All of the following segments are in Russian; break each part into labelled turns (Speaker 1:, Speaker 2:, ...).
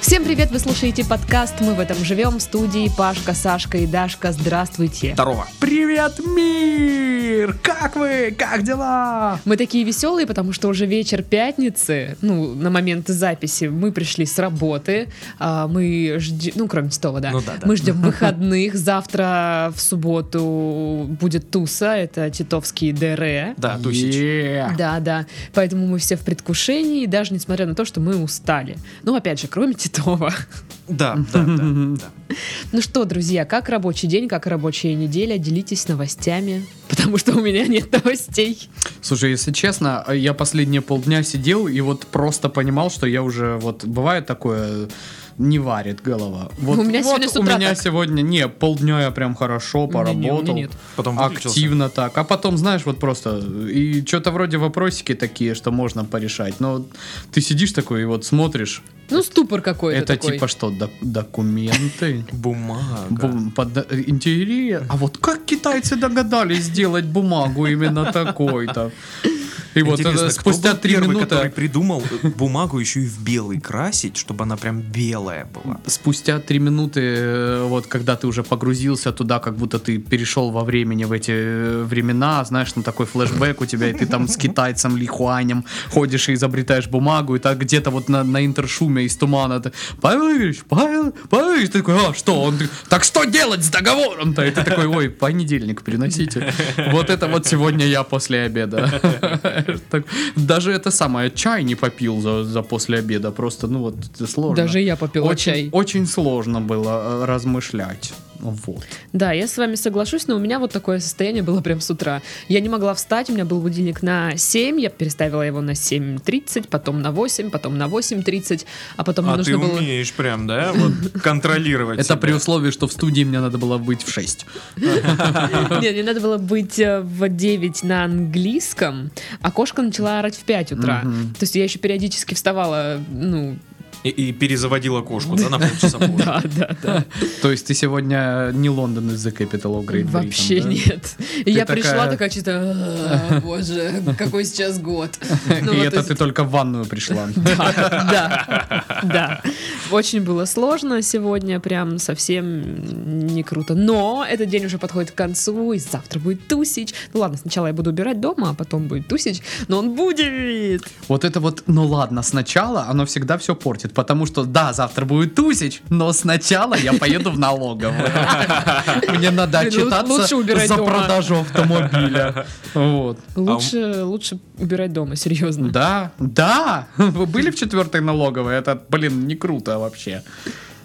Speaker 1: Всем привет, вы слушаете подкаст «Мы в этом живем» в студии Пашка, Сашка и Дашка. Здравствуйте.
Speaker 2: Здорово. Привет, мир! Как вы? Как дела?
Speaker 1: Мы такие веселые, потому что уже вечер пятницы, ну, на момент записи мы пришли с работы, а, мы ждем, ну, кроме Титова, да,
Speaker 2: Ну да, да.
Speaker 1: мы ждем выходных, завтра в субботу будет туса, это титовские ДР.
Speaker 2: Да, Тусич.
Speaker 1: Да, да. Поэтому мы все в предвкушении, даже несмотря на то, что мы устали. Ну, опять же, кроме Титова.
Speaker 2: Да, да, да, да.
Speaker 1: Ну что, друзья, как рабочий день, как рабочая неделя, делитесь новостями, потому что у меня нет новостей.
Speaker 3: Слушай, если честно, я последние полдня сидел и вот просто понимал, что я уже вот бывает такое не варит голова. Вот,
Speaker 1: У меня
Speaker 3: вот
Speaker 1: сегодня с
Speaker 3: у
Speaker 1: утра
Speaker 3: меня
Speaker 1: так.
Speaker 3: сегодня не полдня я прям хорошо поработал.
Speaker 1: не, у меня нет.
Speaker 2: Потом выключился.
Speaker 3: активно так. А потом, знаешь, вот просто и что-то вроде вопросики такие, что можно порешать. Но ты сидишь такой и вот смотришь.
Speaker 1: Ну, ступор какой-то
Speaker 3: это
Speaker 1: такой.
Speaker 3: типа что, док- документы?
Speaker 2: Бумага.
Speaker 3: Бум- под- интерес. А вот как китайцы догадались сделать бумагу именно такой-то? И вот
Speaker 2: Интересно,
Speaker 3: это
Speaker 2: кто
Speaker 3: спустя
Speaker 2: был
Speaker 3: три
Speaker 2: первый, который
Speaker 3: минуты,
Speaker 2: придумал э, бумагу еще и в белый красить, чтобы она прям белая была.
Speaker 3: спустя три минуты, э, вот когда ты уже погрузился туда, как будто ты перешел во времени в эти э, времена, знаешь, ну такой флешбэк у тебя, и ты там с китайцем Лихуанем ходишь и изобретаешь бумагу, и так где-то вот на, на интершуме из тумана ты, Павел Игоревич, Павел, Павел Игоревич, ты такой, а что? Он такой, так что делать с договором-то? И ты такой, ой, понедельник приносите. Вот это вот сегодня я после обеда. Так, Даже это самое, чай не попил за, за после обеда, просто, ну вот, это сложно.
Speaker 1: Даже я попила
Speaker 3: очень,
Speaker 1: чай.
Speaker 3: Очень сложно было э, размышлять. Вот.
Speaker 1: Да, я с вами соглашусь, но у меня вот такое состояние было прям с утра. Я не могла встать, у меня был будильник на 7, я переставила его на 7.30, потом на 8, потом на 8.30, а потом мне
Speaker 2: А ты
Speaker 1: нужно было...
Speaker 2: умеешь прям, да, вот контролировать.
Speaker 3: Это
Speaker 2: себя.
Speaker 3: при условии, что в студии мне надо было быть в 6.
Speaker 1: Нет, мне надо было быть э, в 9 на английском, а кошка начала орать в 5 утра.
Speaker 3: Мгм.
Speaker 1: То есть я еще периодически вставала, ну,
Speaker 2: И- И перезаводила кошку, да, на полчаса позже.
Speaker 1: да, да, да.
Speaker 3: То есть ты сегодня не Лондон из The Capital of Great Britain,
Speaker 1: Вообще
Speaker 3: да?
Speaker 1: нет. И я
Speaker 3: такая-
Speaker 1: пришла такая что-то, «А, боже, какой сейчас год. Ну,
Speaker 3: И
Speaker 1: вот, то
Speaker 3: это
Speaker 1: есть-
Speaker 3: ты только в ванную пришла.
Speaker 1: Да, да, да. Очень было сложно сегодня, прям совсем не круто. Но этот день уже подходит к концу, и завтра будет тусич. Ну ладно, сначала я буду убирать дома, а потом будет тусич, но он будет.
Speaker 3: Вот это вот, ну ладно, сначала оно всегда все портит, потому что да, завтра будет тусич, но сначала я поеду в налоговую. Мне надо
Speaker 1: Блин, лу- лучше
Speaker 3: отчитаться
Speaker 1: убирать
Speaker 3: за
Speaker 1: дома.
Speaker 3: продажу автомобиля. Вот.
Speaker 1: Лучше, лучше убирать дома, серьезно.
Speaker 3: А Да, да, вы были в четвертой налоговой, это, блин, не круто вообще.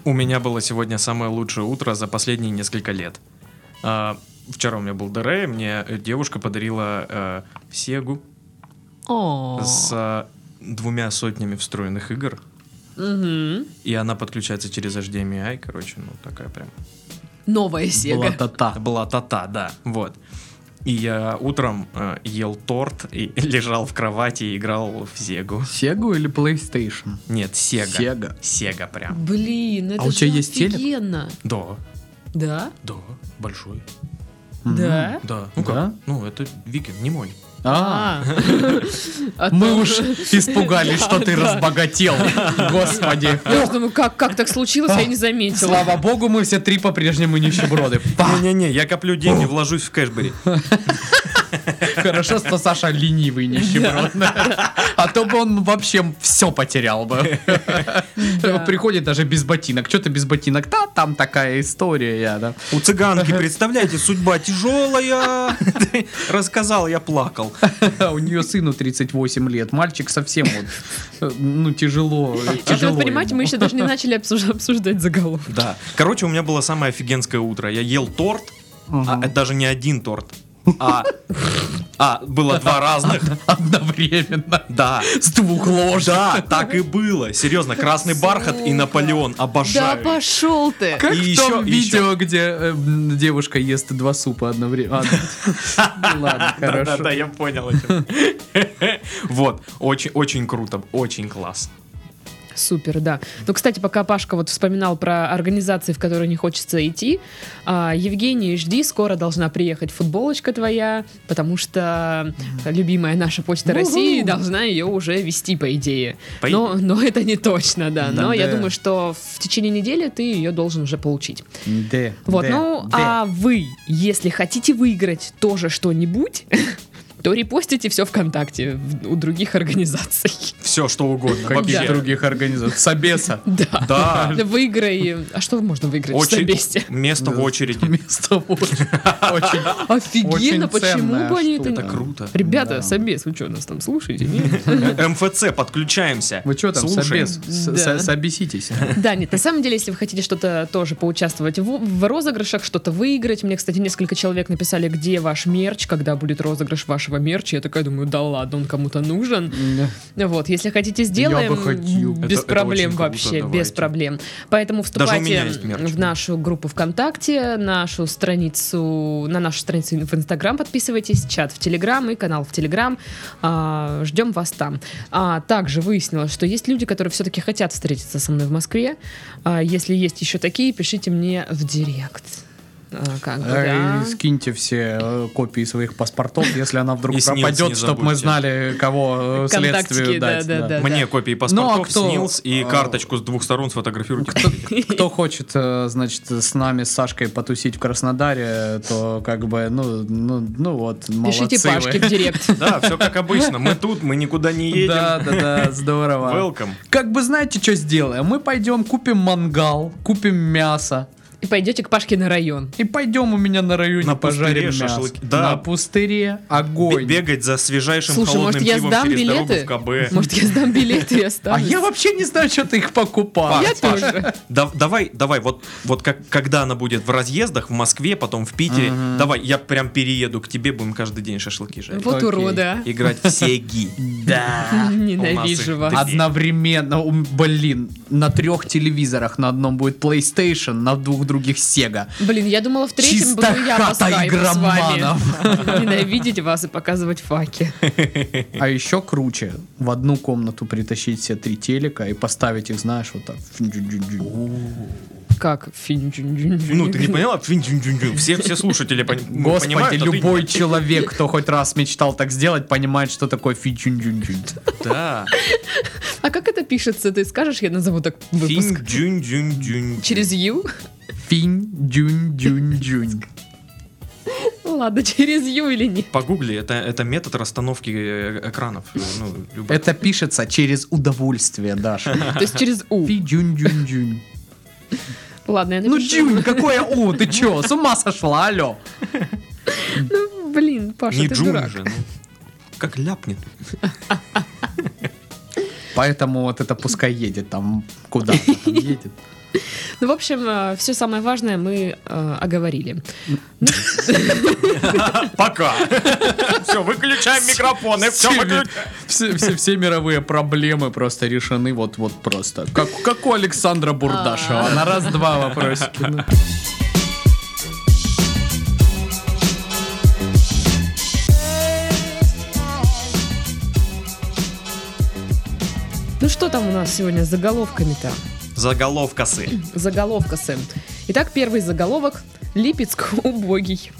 Speaker 2: У меня было сегодня самое лучшее утро за последние несколько лет. А, Вчера у меня был ДР, и мне э, девушка подарила э, Сегу
Speaker 1: О.
Speaker 2: с э, двумя сотнями встроенных игр.
Speaker 1: Мгм.
Speaker 2: И она подключается через HDMI, короче, ну такая прям.
Speaker 1: Новая
Speaker 3: Была
Speaker 1: Сега.
Speaker 3: та-та.
Speaker 2: Была та-та, да, вот. И я утром э, ел торт и лежал в кровати и играл в Сегу.
Speaker 3: Сегу или PlayStation?
Speaker 2: Нет, Сега.
Speaker 3: Сега.
Speaker 2: Сега прям.
Speaker 1: Блин, это
Speaker 3: А у тебя
Speaker 1: же
Speaker 3: есть телек?
Speaker 1: офигенно.
Speaker 2: Да,
Speaker 1: Да?
Speaker 2: да, большой.
Speaker 1: Да?
Speaker 2: Да. Ну
Speaker 3: Да?
Speaker 2: как? Ну, это Викинг, не мой.
Speaker 3: А,
Speaker 1: А.
Speaker 3: мы уж испугались, что ты
Speaker 1: Да, да.
Speaker 3: разбогател. Господи.
Speaker 1: Я уж думаю, как, как так случилось, я не заметила.
Speaker 3: Слава богу, мы все три по-прежнему нищеброды. Па!
Speaker 2: Не-не-не, я коплю деньги, вложусь в кэшбэри.
Speaker 3: Хорошо, что Саша ленивый нищеброд. А то бы он вообще все потерял бы.
Speaker 1: Да.
Speaker 3: Приходит даже без ботинок. Что ты без ботинок? Да, там такая история. я, да.
Speaker 2: У цыганки, представляете, судьба тяжелая. Рассказал, я плакал.
Speaker 3: А У нее сыну 38 лет. Мальчик совсем вот, э, ну, тяжело.
Speaker 1: А то,
Speaker 3: тяжело
Speaker 1: вот понимаете,
Speaker 3: ему.
Speaker 1: мы еще даже не начали обсуж- обсуждать заголовок.
Speaker 2: Да. Короче, у меня было самое офигенское утро. Я ел торт, а это даже не один торт, а а, было два разных.
Speaker 3: Одновременно.
Speaker 2: Да.
Speaker 3: С двух лож.
Speaker 2: Да, так и было. Серьезно, красный бархат и Наполеон.
Speaker 1: Да
Speaker 2: Обожаю.
Speaker 1: пошел ты!
Speaker 3: Как
Speaker 2: И
Speaker 3: в
Speaker 2: еще-
Speaker 3: том
Speaker 2: и
Speaker 3: видео, где э, м, девушка ест два супа одновременно. А, ну Ладно, хорошо.
Speaker 2: Да-да-да, я понял. о чем. Вот, очень, очень круто, очень классно.
Speaker 1: Супер, да. Ну, кстати, пока Пашка вот вспоминал про организации, в которые не хочется идти, а, Евгений, жди, скоро должна приехать футболочка твоя, потому что любимая наша Почта России должна ее уже вести, по идее.
Speaker 2: По
Speaker 1: Но, но это не точно, да.
Speaker 3: Да,
Speaker 1: Но я
Speaker 3: да.
Speaker 1: думаю, что в течение недели ты ее должен уже получить.
Speaker 3: Да.
Speaker 1: Вот,
Speaker 3: да,
Speaker 1: ну,
Speaker 3: да.
Speaker 1: а вы, если хотите выиграть тоже что-нибудь, то репостите все ВКонтакте в- у других организаций.
Speaker 2: Все, что угодно.
Speaker 3: Каких
Speaker 1: Да.
Speaker 2: Вообще.
Speaker 3: других организаций? Собеса.
Speaker 1: Да.
Speaker 2: Да.
Speaker 1: Выиграй. А что можно выиграть в
Speaker 2: Очер-
Speaker 1: собесе?
Speaker 2: Место в очереди.
Speaker 3: Место вот. Очень.
Speaker 1: Офигенно,
Speaker 3: Очень
Speaker 1: почему
Speaker 3: ценная
Speaker 1: бы они это
Speaker 3: штука.
Speaker 2: Это круто.
Speaker 1: Ребята,
Speaker 3: Да.
Speaker 1: собес, вы что, нас там слушаете? нет?
Speaker 2: Э, МФЦ, подключаемся.
Speaker 3: Вы что там,
Speaker 2: Слушай,
Speaker 3: собес? С-
Speaker 1: Да.
Speaker 3: с- Собеситесь.
Speaker 1: Да, нет, на самом деле, если вы хотите что-то тоже поучаствовать в, в розыгрышах, что-то выиграть, мне, кстати, несколько человек написали, где ваш мерч, когда будет розыгрыш вашего мерча, я такая думаю, да ладно, он кому-то нужен. Вот, если хотите, сделаем.
Speaker 3: бы хотел.
Speaker 2: Это-
Speaker 1: Без
Speaker 2: это
Speaker 1: проблем
Speaker 2: очень круто,
Speaker 1: вообще, без
Speaker 2: давайте.
Speaker 1: проблем. Поэтому
Speaker 2: Даже у меня
Speaker 1: вступайте
Speaker 2: есть мерч.
Speaker 1: в нашу группу ВКонтакте, нашу страницу, на нашу страницу в Инстаграм подписывайтесь, чат в Телеграм и канал в Телеграм. А, ждем вас там. А, также выяснилось, что есть люди, которые все-таки хотят встретиться со мной в Москве. А, если есть еще такие, пишите мне в директ. А, как бы, да.
Speaker 3: Э, Скиньте все э, копии своих паспортов, если она
Speaker 2: И
Speaker 3: вдруг
Speaker 2: снилс не
Speaker 3: пропадет, чтобы мы
Speaker 2: забудьте.
Speaker 3: знали, кого э,
Speaker 1: Контактики,
Speaker 3: следствию
Speaker 1: да,
Speaker 3: дать.
Speaker 1: да,
Speaker 3: да.
Speaker 1: да.
Speaker 2: Мне копии паспортов,
Speaker 3: Ну, а кто-
Speaker 2: СНИЛС и
Speaker 3: а,
Speaker 2: карточку с двух сторон сфотографируйте.
Speaker 3: Кто хочет, э, значит, с нами, с Сашкой потусить в Краснодаре, то как бы, ну, ну, ну вот, молодцы
Speaker 1: Пишите
Speaker 3: вы.
Speaker 1: Пашке в директ.
Speaker 2: Да, все как обычно. Мы тут, мы никуда не
Speaker 3: Да,
Speaker 2: едем.
Speaker 3: да, да, здорово.
Speaker 2: Welcome.
Speaker 3: Как бы знаете, что сделаем? Мы пойдем купим мангал, купим мясо
Speaker 1: И пойдете к Пашке на район.
Speaker 3: и пойдем у меня на районе
Speaker 2: На
Speaker 3: пожарим
Speaker 2: пустыре
Speaker 3: мясо.
Speaker 2: шашлыки. Да.
Speaker 3: На пустыре огонь.
Speaker 2: Бе- Бегать за свежайшим
Speaker 1: Слушай, может,
Speaker 2: холодным
Speaker 1: я
Speaker 2: пивом
Speaker 1: сдам
Speaker 2: через
Speaker 1: билеты?
Speaker 2: дорогу в КБ.
Speaker 1: Может, я сдам билеты и
Speaker 3: А
Speaker 1: останусь?
Speaker 3: я вообще не знаю, что ты их покупал.
Speaker 1: Я
Speaker 2: Паш, Паш,
Speaker 1: тоже.
Speaker 2: Да- давай, давай, вот, вот как, когда она будет в разъездах, в Москве, потом в Питере, давай, я прям перееду к тебе, будем каждый день шашлыки жарить.
Speaker 1: Вот а.
Speaker 3: Окей.
Speaker 1: урода.
Speaker 2: Играть в Сеги.
Speaker 3: Да.
Speaker 1: Ненавижу
Speaker 2: Алмазы.
Speaker 1: вас.
Speaker 2: Ты-
Speaker 3: Одновременно, ум, блин, на трех телевизорах. На одном будет PlayStation, на двух других Sega.
Speaker 1: Блин, я думала, в третьем
Speaker 3: Чисто
Speaker 1: буду я по
Speaker 3: хата
Speaker 1: скайпу с вами.
Speaker 3: игроманов.
Speaker 1: Ненавидеть вас и показывать факи.
Speaker 3: А еще круче, в одну комнату притащить все три телека и поставить их, знаешь, вот так. Фнь-дю-дю-дю.
Speaker 1: Как?
Speaker 2: Ну, ты не
Speaker 1: Финь-дюнь-дюнь-дюнь.
Speaker 2: поняла? Финь-дюнь-дюнь-дюнь. Все, все слушатели пон-
Speaker 3: Господи,
Speaker 2: понимают, а ты
Speaker 3: любой
Speaker 2: нет.
Speaker 3: человек, кто хоть раз мечтал так сделать, понимает, что такое фичунь-дюнь-дюнь.
Speaker 2: Да.
Speaker 1: А как это пишется? Ты скажешь, я назову так выпуск?
Speaker 2: Финь-дюнь-дюнь-дюнь.
Speaker 1: Через Ю?
Speaker 3: Финь-дюнь-дюнь-дюнь.
Speaker 1: Ну Ладно, через Ю или нет?
Speaker 2: Погугли, это, это метод расстановки э, экранов. Ну, любой.
Speaker 3: Это пишется через удовольствие, Даша.
Speaker 1: То есть через У.
Speaker 3: Фи-дюнь-дюнь-дюнь.
Speaker 1: Ладно, я
Speaker 3: Ну,
Speaker 1: напишу.
Speaker 3: дюнь, какое у? Ты чё, с ума сошла, алё?
Speaker 1: Ну, блин, Паша,
Speaker 2: не
Speaker 1: ты
Speaker 2: джун
Speaker 1: дурак.
Speaker 2: же. ну. Как ляпнет.
Speaker 3: Поэтому вот это пускай едет там куда едет.
Speaker 1: Ну, в общем, все самое важное мы э, оговорили.
Speaker 2: Пока. Все, выключаем микрофоны. Все, выключаем.
Speaker 3: Все, все- все мировые проблемы просто решены вот вот просто. Как, как у Александра Бурдашева. На раз-два вопросики. ну.
Speaker 1: Ну, что там у нас сегодня с заголовками-то?
Speaker 2: Заголовка сы.
Speaker 1: Заголовка, Сэм. Итак, первый заголовок. Липецк убогий.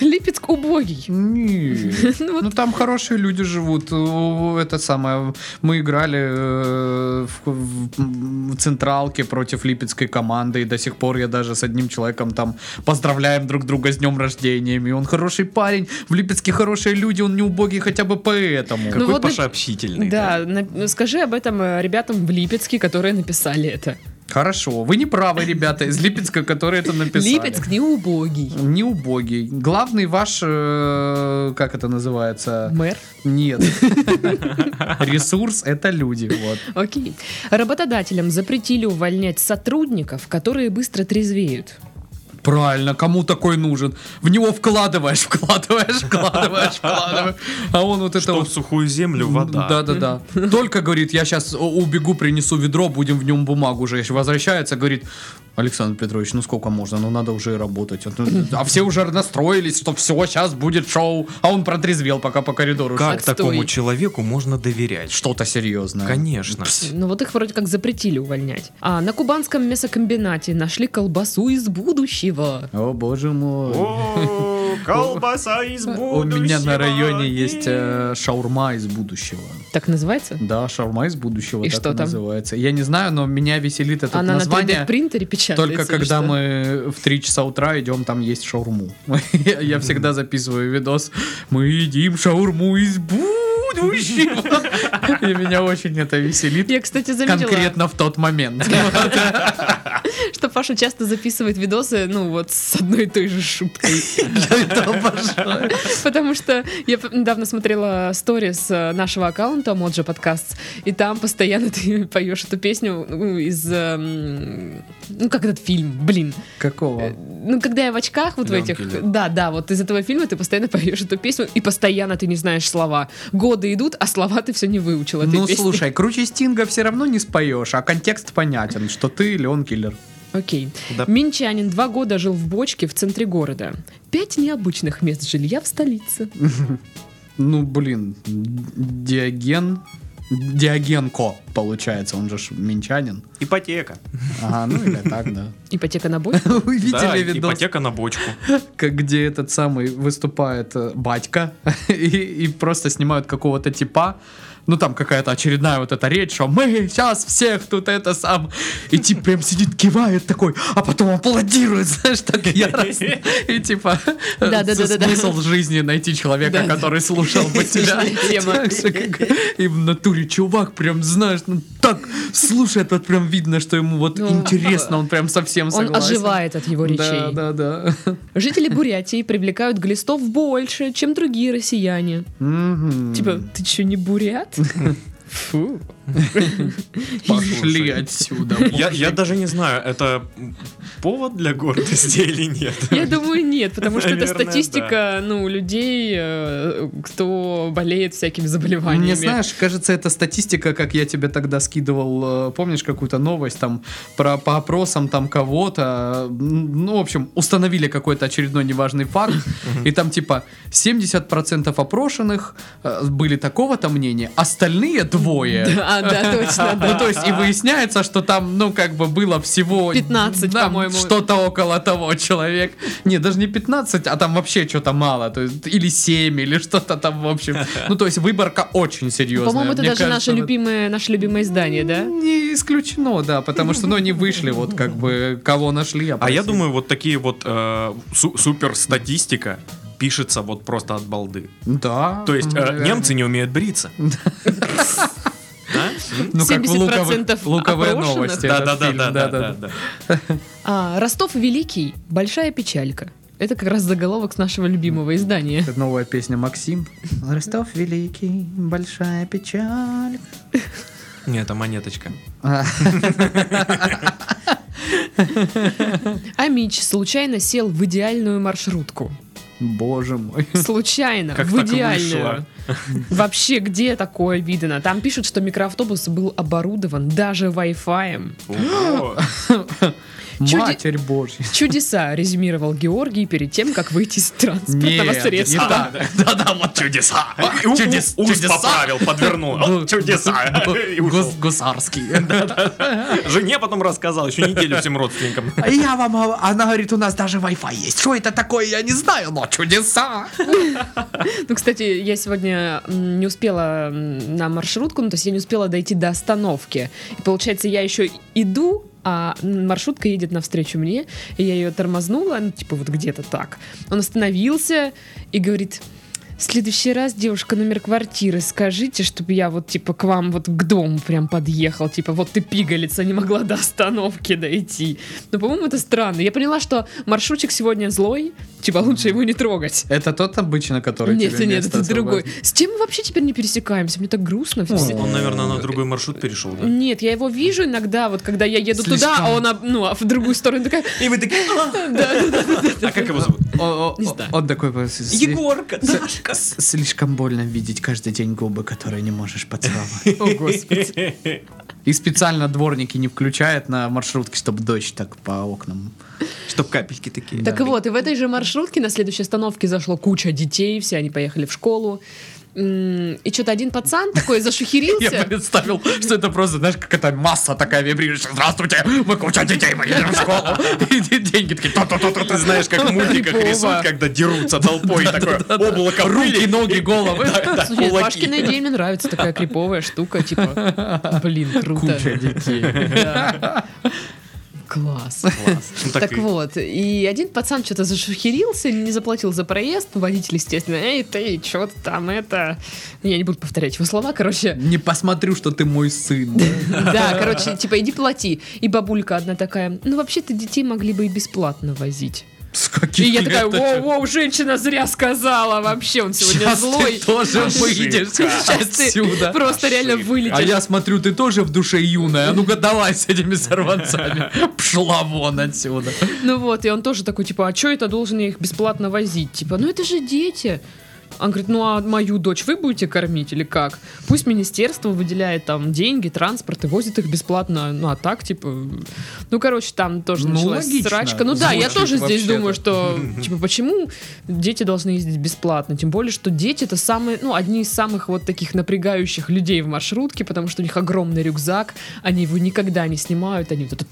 Speaker 1: Липецк убогий.
Speaker 3: Нет.
Speaker 1: Ну вот.
Speaker 3: Ну там хорошие люди живут. О, Это самое. Мы играли э, в- в в централке против липецкой команды. И до сих пор я даже с одним человеком там поздравляем друг друга с днем рождения. И он хороший парень. В Липецке хорошие люди, он не убогий хотя бы поэтому.
Speaker 1: Ну,
Speaker 2: Какой
Speaker 1: вот
Speaker 2: Паша
Speaker 1: нап-
Speaker 2: общительный.
Speaker 1: Да, на- скажи об этом э, ребятам в Липецке, которые написали это.
Speaker 3: Хорошо. Вы не правы, ребята, из Липецка, которые это написали.
Speaker 1: Липецк не убогий.
Speaker 3: Не убогий. Главный ваш, э, как это называется?
Speaker 1: Мэр.
Speaker 3: Нет. Ресурс — это люди. Вот.
Speaker 1: Окей. Работодателям запретили увольнять сотрудников, которые быстро трезвеют.
Speaker 3: Правильно, кому такой нужен? В него вкладываешь, вкладываешь, вкладываешь, вкладываешь. А он вот это
Speaker 2: Что в
Speaker 3: вот...
Speaker 2: сухую землю вода.
Speaker 3: Да-да-да. Только, говорит, я сейчас убегу, принесу ведро, будем в нем бумагу жечь. Возвращается, говорит, Александр Петрович, ну сколько можно? Ну надо уже и работать. Вот, ну, А все уже настроились, что все, сейчас будет шоу. А он протрезвел пока по коридору. шел.
Speaker 2: Как
Speaker 1: Отстой.
Speaker 2: такому человеку можно доверять? Ш-
Speaker 3: Что-то серьезное.
Speaker 2: Конечно.
Speaker 1: Ну вот их вроде как запретили увольнять. А на кубанском мясокомбинате нашли колбасу из будущего.
Speaker 3: О боже мой.
Speaker 2: О, колбаса из
Speaker 3: У меня на районе есть э, шаурма из будущего.
Speaker 1: Так называется?
Speaker 3: Да, шаурма из будущего
Speaker 1: И
Speaker 3: так
Speaker 1: что
Speaker 3: и
Speaker 1: там?
Speaker 3: называется. Я не знаю, но меня веселит это
Speaker 1: Она на
Speaker 3: название.
Speaker 1: 3D принтере печатается.
Speaker 3: Только
Speaker 1: или
Speaker 3: когда
Speaker 1: что?
Speaker 3: мы в 3 часа утра идем там есть шаурму. Я я всегда записываю видос. Мы едим шаурму из будущего. И меня очень это веселит.
Speaker 1: Я, кстати, заметила,
Speaker 3: Конкретно в тот момент.
Speaker 1: что Паша часто записывает видосы, ну вот с одной и той же шуткой.
Speaker 3: Я это обожаю.
Speaker 1: Потому что я п- недавно смотрела сторис э, нашего аккаунта Моджа Подкаст, и там постоянно ты поешь эту песню ну, из... эм, Ну, как этот фильм, блин.
Speaker 3: Какого?
Speaker 1: Ну, когда я в очках, вот
Speaker 2: Леон
Speaker 1: в этих...
Speaker 2: Киллер.
Speaker 1: Да, да, вот из этого фильма ты постоянно поешь эту песню, и постоянно ты не знаешь слова. Годы идут, а слова ты все не выучил этой
Speaker 3: Ну
Speaker 1: песни.
Speaker 3: слушай, круче Стинга все равно не споешь, а контекст понятен, что ты Леон Киллер.
Speaker 1: Окей.
Speaker 2: Да.
Speaker 1: Минчанин два года жил в бочке в центре города. Пять необычных мест жилья в столице.
Speaker 3: Ну, блин, Диоген... Диогенко, получается, он же ж минчанин.
Speaker 2: Ипотека.
Speaker 3: Ага, ну или так, да.
Speaker 1: Ипотека на бочку.
Speaker 3: Вы
Speaker 2: Да,
Speaker 3: видели видос,
Speaker 2: ипотека на бочку.
Speaker 3: как- где этот самый выступает э, батька и, и просто снимают какого-то типа, ну там какая-то очередная вот эта речь, что мы сейчас всех тут это сам, и тип прям сидит, кивает такой, а потом аплодирует, знаешь, так яростно, и типа э,
Speaker 1: Да-да-да-да-да.
Speaker 3: за смысл жизни найти человека,
Speaker 1: Да-да.
Speaker 3: который слушал бы тебя.
Speaker 1: Смешная тема.
Speaker 3: Так же, как И в натуре чувак прям, знаешь, ну так слушает, вот прям видно, что ему вот
Speaker 1: Ну,
Speaker 3: интересно, он прям совсем
Speaker 1: Он
Speaker 3: согласен.
Speaker 1: оживает от его речей.
Speaker 3: Да, да, да.
Speaker 1: Жители Бурятии привлекают глистов больше, чем другие россияне.
Speaker 3: Мгм.
Speaker 1: Типа, ты че, не бурят? Фу.
Speaker 3: пошли отсюда.
Speaker 2: Я, я даже не знаю, это повод для гордости или нет.
Speaker 1: Я думаю, нет, потому что это
Speaker 2: Наверное,
Speaker 1: статистика, ну, людей, э, кто болеет всякими
Speaker 3: Мне,
Speaker 1: заболеваниями.
Speaker 3: знаешь, кажется, это статистика, как я тебе тогда скидывал, э, помнишь, какую-то новость там про по опросам там кого-то, э, ну, в общем, установили какой-то очередной неважный факт, и там типа 70% опрошенных э, были такого-то мнения, остальные двое.
Speaker 1: А, да, точно, да.
Speaker 3: Ну, то есть, и выясняется, что там, ну, как бы было всего...
Speaker 1: 15,
Speaker 3: да,
Speaker 1: по-моему.
Speaker 3: Что-то около того человек. Не, даже не 15, а там вообще что-то мало. То есть, или 7, или что-то там, в общем. Ну, то есть, выборка очень серьезная.
Speaker 1: По-моему, это
Speaker 3: Мне
Speaker 1: даже
Speaker 3: кажется,
Speaker 1: наше любимое, наше любимое издание,
Speaker 3: это-
Speaker 1: да?
Speaker 3: Не исключено, да, потому что, ну, они вышли, вот, как бы, кого нашли.
Speaker 2: А я
Speaker 3: опросили.
Speaker 2: думаю, вот такие вот э, су- супер статистика пишется вот просто от балды.
Speaker 3: Да.
Speaker 2: То есть э,
Speaker 3: наверное.
Speaker 2: немцы не умеют бриться. Да?
Speaker 3: Ну, как в луковых,
Speaker 1: 70%
Speaker 3: луковые
Speaker 1: опрошенных.
Speaker 3: новости.
Speaker 2: Да,
Speaker 3: этот
Speaker 2: да, да,
Speaker 3: фильм,
Speaker 2: да, да, да, да.
Speaker 1: А, Ростов Великий. Большая печалька. Это как раз заголовок с нашего любимого издания.
Speaker 3: Это новая песня Максим. Ростов великий, большая печаль.
Speaker 2: Не, это монеточка.
Speaker 1: Амич случайно сел в идеальную маршрутку.
Speaker 3: Боже мой.
Speaker 1: Случайно,
Speaker 2: Как
Speaker 1: в
Speaker 2: так
Speaker 1: идеальную.
Speaker 2: вышло?
Speaker 1: Вообще, где такое видно? Там пишут, что микроавтобус был оборудован даже Wi-Fi.
Speaker 2: Ого.
Speaker 1: Чуди-
Speaker 3: Матерь Божья.
Speaker 1: Чудеса, резюмировал Георгий перед тем, как выйти из транспортного
Speaker 3: Нет,
Speaker 1: средства.
Speaker 3: не так.
Speaker 2: Да-да, вот чудеса.
Speaker 3: А,
Speaker 2: У-
Speaker 3: чудес-
Speaker 2: у- Ну, Ус
Speaker 3: чудеса.
Speaker 2: поправил, подвернул.
Speaker 3: Гу-
Speaker 2: Вот Чудеса.
Speaker 3: гу-
Speaker 2: И ушел.
Speaker 3: гус- Гусарский.
Speaker 2: Жене потом рассказал, еще неделю всем родственникам.
Speaker 3: А Я вам, а, она говорит, у нас даже Wi-Fi есть. Что это такое, я не знаю, но чудеса.
Speaker 1: Ну, кстати, я сегодня м, не успела м, на маршрутку, ну, то есть я не успела дойти до остановки. И получается, я еще иду, а м, маршрутка едет навстречу мне, и я ее тормознула, ну, типа вот где-то так. Он остановился и говорит, в следующий раз, девушка, номер квартиры скажите, чтобы я вот, типа, к вам вот к дому прям подъехал. Типа, вот ты пигалица, не могла до остановки дойти. Ну, по-моему, это странно. Я поняла, что маршрутчик сегодня злой, типа, лучше его не трогать.
Speaker 3: Это тот обычно, который
Speaker 1: Нет,
Speaker 3: тебе
Speaker 1: нет,
Speaker 3: место
Speaker 1: это другой.
Speaker 3: освободит?
Speaker 1: С чем мы вообще теперь не пересекаемся? Мне так грустно. все.
Speaker 2: Он, наверное, на другой маршрут перешел, да?
Speaker 1: Нет, я его вижу иногда, вот когда я еду
Speaker 3: Слишком.
Speaker 1: туда, а он об- ну, а в другую сторону такая.
Speaker 2: И вы такие, а как его зовут?
Speaker 3: О, о,
Speaker 1: Не
Speaker 3: о,
Speaker 1: знаю.
Speaker 3: Он такой...
Speaker 2: Егорка, Дашка. Лукас.
Speaker 3: Слишком больно видеть каждый день губы, которые не можешь поцеловать.
Speaker 1: О, господи.
Speaker 3: И специально дворники не включают на маршрутке, чтобы дождь так по окнам.
Speaker 2: Чтоб капельки такие.
Speaker 1: Так вот, и в этой же маршрутке на следующей остановке зашло куча детей, все они поехали в школу. М, И что-то один пацан такой
Speaker 3: Я
Speaker 1: зашухерился.
Speaker 3: представил, что это просто, знаешь, какая-то масса такая вибрирующая. Здравствуйте, мы куча детей, мы едем в школу. И де- деньги такие. «Ту-ту-ту-ту».
Speaker 2: Ты знаешь, как в мультиках
Speaker 1: Крипово.
Speaker 2: рисуют, когда дерутся толпой, такое облако
Speaker 3: Руки, ноги, головы.
Speaker 1: Слушай,
Speaker 2: кулаки.
Speaker 1: Пашкиной идее мне нравится такая криповая штука, типа, блин, круто.
Speaker 3: Куча детей.
Speaker 1: Да. Класс.
Speaker 2: Ну,
Speaker 3: Ну,
Speaker 1: Так вот, и один пацан что-то зашухерился, не заплатил за проезд, ну, водитель, естественно, эй, ты, что ты там, это... Я не буду повторять его слова, короче.
Speaker 3: Не посмотрю, что ты мой сын.
Speaker 1: Да, короче, типа, иди плати. И бабулька одна такая, ну, вообще-то детей могли бы и бесплатно возить.
Speaker 3: С
Speaker 1: И
Speaker 3: каких
Speaker 1: я такая,
Speaker 3: лет это?
Speaker 1: воу-воу, женщина зря сказала вообще, он сегодня
Speaker 3: Сейчас
Speaker 1: злой.
Speaker 3: ты тоже выйдешь
Speaker 1: Сейчас ты
Speaker 3: отсюда.
Speaker 1: Просто реально
Speaker 3: А
Speaker 1: вылетишь.
Speaker 3: я смотрю, ты тоже в душе юная. А ну-ка давай с этими сорванцами. Пшла вон отсюда.
Speaker 1: Ну вот, и он тоже такой, типа, а что это должен я их бесплатно возить? Типа, ну это же дети. Он говорит, ну а мою дочь вы будете кормить или как? Пусть министерство выделяет там деньги, транспорт и возит их бесплатно. Ну а так, типа... Ну, короче, там тоже
Speaker 3: Ну,
Speaker 1: началась
Speaker 3: логично.
Speaker 1: срачка. Ну да, я
Speaker 3: Звучит
Speaker 1: тоже здесь
Speaker 3: вообще-то.
Speaker 1: думаю, что, типа, почему дети должны ездить бесплатно? Тем более, что дети это самые, ну, одни из самых вот таких напрягающих людей в маршрутке, потому что у них огромный рюкзак, они его никогда не снимают, они вот это...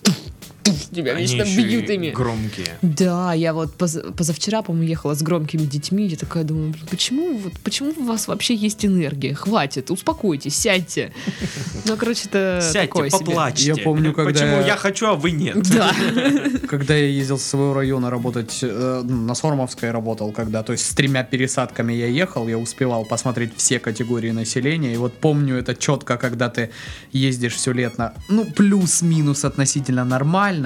Speaker 1: Тебя вечно бьют ими.
Speaker 2: Громкие.
Speaker 1: Да, я вот поз- позавчера, по-моему, ехала с громкими детьми, я такая думаю, блин, почему, вот, почему у вас вообще есть энергия? Хватит, успокойтесь, сядьте. Ну, короче, это
Speaker 2: Сядьте,
Speaker 1: такое себе.
Speaker 2: поплачьте.
Speaker 3: Я помню, когда
Speaker 2: Почему
Speaker 3: я-
Speaker 2: я хочу, а вы нет?
Speaker 1: Да.
Speaker 3: Когда я ездил с своего района работать, э, ну, на Сормовской работал, когда, то есть с тремя пересадками я ехал, я успевал посмотреть все категории населения, и вот помню это четко, когда ты ездишь все лето, ну, плюс-минус относительно нормально,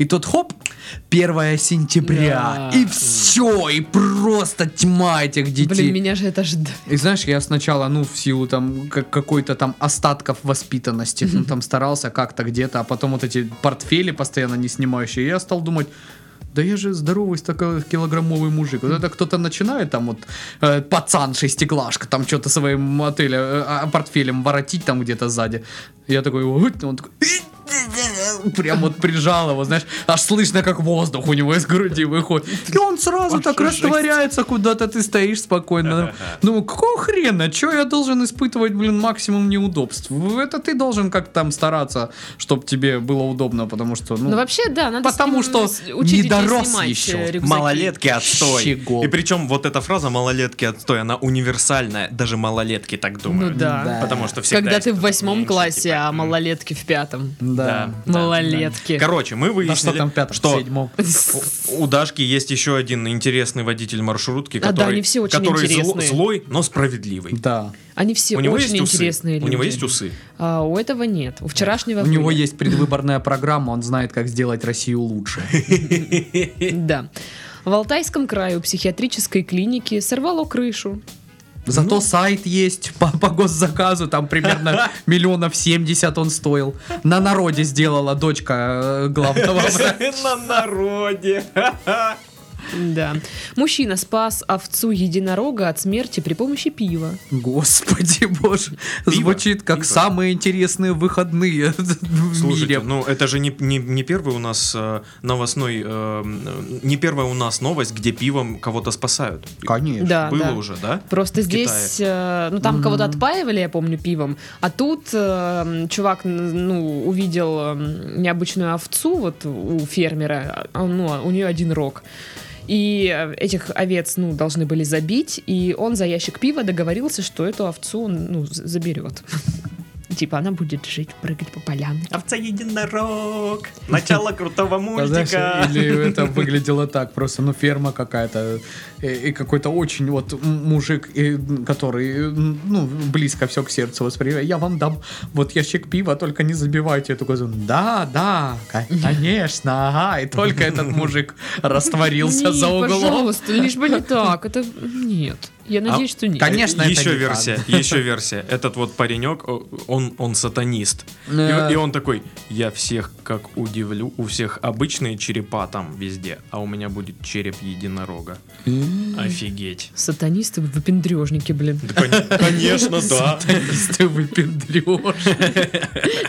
Speaker 3: и тут хоп, 1 сентября,
Speaker 1: Да.
Speaker 3: и все, и просто тьма этих детей.
Speaker 1: Блин, меня же это ожидает.
Speaker 3: И знаешь, я сначала, ну, в силу там как- какой-то там остатков воспитанности, ну, там старался как-то где-то, а потом вот эти портфели постоянно не снимающие, и я стал думать, да я же здоровый такой килограммовый мужик. Вот это кто-то начинает там вот э, пацан шестиклашка там что-то своим отелем, э, а, портфелем воротить там где-то сзади. Я такой, «Уть», он такой, прям вот прижал его, знаешь, аж слышно, как воздух у него из груди выходит. И он сразу так
Speaker 2: Вообще жесть.
Speaker 3: растворяется куда-то, ты стоишь спокойно. Думаю, какого хрена, что я должен испытывать, блин, максимум неудобств? Это ты должен как-то там стараться, чтобы тебе было удобно, потому что, ну,
Speaker 1: Ну, вообще, да, надо с
Speaker 3: потому
Speaker 1: ним
Speaker 3: что
Speaker 1: с- учить детей
Speaker 3: не дорос
Speaker 1: снимать,
Speaker 3: еще.
Speaker 1: э, рюкзаки.
Speaker 2: Малолетки отстой.
Speaker 3: Щегол.
Speaker 2: И причем вот эта фраза малолетки отстой, она универсальная. Даже малолетки так
Speaker 1: Ну
Speaker 2: думают.
Speaker 1: да.
Speaker 2: Потому что всегда
Speaker 1: Когда
Speaker 2: есть
Speaker 1: ты в
Speaker 2: кто-то
Speaker 1: восьмом
Speaker 2: меньше,
Speaker 1: классе,
Speaker 2: типа,
Speaker 1: а
Speaker 2: м,
Speaker 1: малолетки в пятом.
Speaker 3: да.
Speaker 1: Малолетки.
Speaker 2: Короче, мы
Speaker 3: Да что там
Speaker 2: выяснили,
Speaker 3: в пятом,
Speaker 2: что
Speaker 3: седьмом?
Speaker 2: у у Дашки есть еще один интересный водитель маршрутки,
Speaker 1: А, да,
Speaker 2: который,
Speaker 1: они все очень
Speaker 2: который зло-
Speaker 1: интересные.
Speaker 2: злой, но справедливый.
Speaker 3: Да.
Speaker 1: Они все
Speaker 2: у него
Speaker 1: очень
Speaker 2: есть усы.
Speaker 1: интересные люди.
Speaker 2: У него есть усы.
Speaker 1: А, у этого нет. У вчерашнего
Speaker 3: У него
Speaker 1: были.
Speaker 3: есть предвыборная программа, он знает, как сделать Россию лучше.
Speaker 1: Да. В Алтайском крае у психиатрической клиники сорвало крышу.
Speaker 3: Зато сайт есть по, по госзаказу, там примерно миллионов 70 он стоил. На народе сделала дочка э, главного.
Speaker 2: На народе.
Speaker 1: Да. Мужчина спас овцу единорога от смерти при помощи пива.
Speaker 3: Господи боже,
Speaker 2: Пиво,
Speaker 3: звучит как
Speaker 2: пиво.
Speaker 3: самые интересные выходные в
Speaker 2: Слушайте,
Speaker 3: мире.
Speaker 2: ну это же не, не, не первый у нас э, новостной, э, м, не первая у нас новость, где пивом кого-то спасают.
Speaker 3: Конечно.
Speaker 1: Да,
Speaker 2: Было
Speaker 1: да.
Speaker 2: уже, да?
Speaker 1: Просто
Speaker 2: В
Speaker 1: здесь, э, ну там кого-то отпаивали, я помню, пивом, а тут э, чувак, н- ну, увидел э, необычную овцу вот у фермера, а, ну, у нее один рог. И э, этих овец, ну, должны были забить, и он за ящик пива договорился, что эту овцу он, ну, з- заберет. Типа она будет жить, прыгать по поляне.
Speaker 2: Овца единорог. Начало крутого
Speaker 3: А знаешь, Или это выглядело так, просто, ну, ферма какая-то, и, и какой-то очень вот м- мужик, и, м, который, э, м, ну, близко все к сердцу воспринимает, я вам дам вот ящик пива, только не забивайте эту газу. Да, да, ко- конечно, ага, и только этот мужик растворился
Speaker 1: Не,
Speaker 3: за углом.
Speaker 1: Пожалуйста, лишь бы не так. Это нет. Я надеюсь, что нет.
Speaker 3: конечно, это
Speaker 2: еще
Speaker 3: не
Speaker 2: версия, еще версия. Этот вот паренек, о- он, он сатанист. И,
Speaker 3: Э.
Speaker 2: он- и он такой, я всех как удивлю, у всех обычные черепа там везде, а у меня будет череп единорога. Офигеть.
Speaker 1: Сатанисты выпендрежники, блин.
Speaker 2: Конечно, да.
Speaker 3: Ты выпендрешь.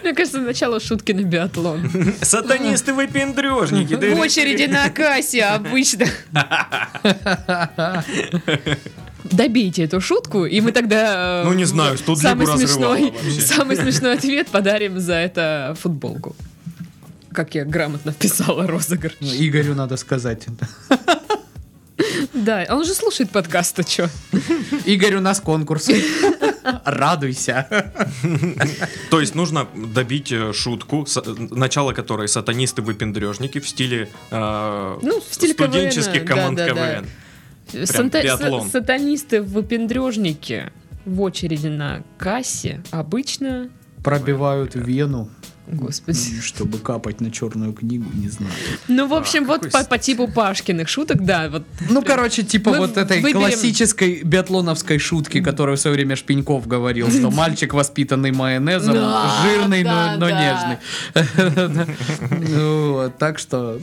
Speaker 1: Мне кажется, начало шутки на биатлон.
Speaker 2: Сатанисты выпендрежники.
Speaker 1: В очереди на кассе обычно. Добейте эту шутку, и мы тогда... э,
Speaker 2: Ну, не знаю, что
Speaker 1: самый
Speaker 2: Длигу разрывало
Speaker 1: смешной,
Speaker 2: вообще.
Speaker 1: самый смешной ответ подарим за это футболку. Как я грамотно вписала розыгрыш.
Speaker 2: Ну
Speaker 3: Игорю надо сказать это.
Speaker 1: Да, он же слушает подкаст, а чё?
Speaker 3: Игорь, у нас конкурс. Радуйся.
Speaker 2: То есть нужно добить э, шутку, с- начало которой сатанисты выпендрежники в стиле, э,
Speaker 1: Ну, в стиле
Speaker 2: студенческих
Speaker 1: КВН,
Speaker 2: команд
Speaker 1: да-да-да.
Speaker 2: КВН. биатлон.
Speaker 1: Сатанисты в выпендрежнике в очереди на кассе обычно...
Speaker 3: Пробивают вену,
Speaker 1: Господи.
Speaker 3: чтобы капать на черную книгу, не знаю.
Speaker 1: Ну, в общем, вот
Speaker 2: А, какой
Speaker 1: по, по типу Пашкиных шуток, да, вот
Speaker 3: Ну, короче, типа
Speaker 1: Мы
Speaker 3: вот этой
Speaker 1: выберем-
Speaker 3: классической биатлоновской шутки, которую в свое время Шпеньков говорил, что мальчик, воспитанный майонезом,
Speaker 1: Да,
Speaker 3: жирный,
Speaker 1: да,
Speaker 3: но, но
Speaker 1: да.
Speaker 3: нежный. Ну, вот, Так что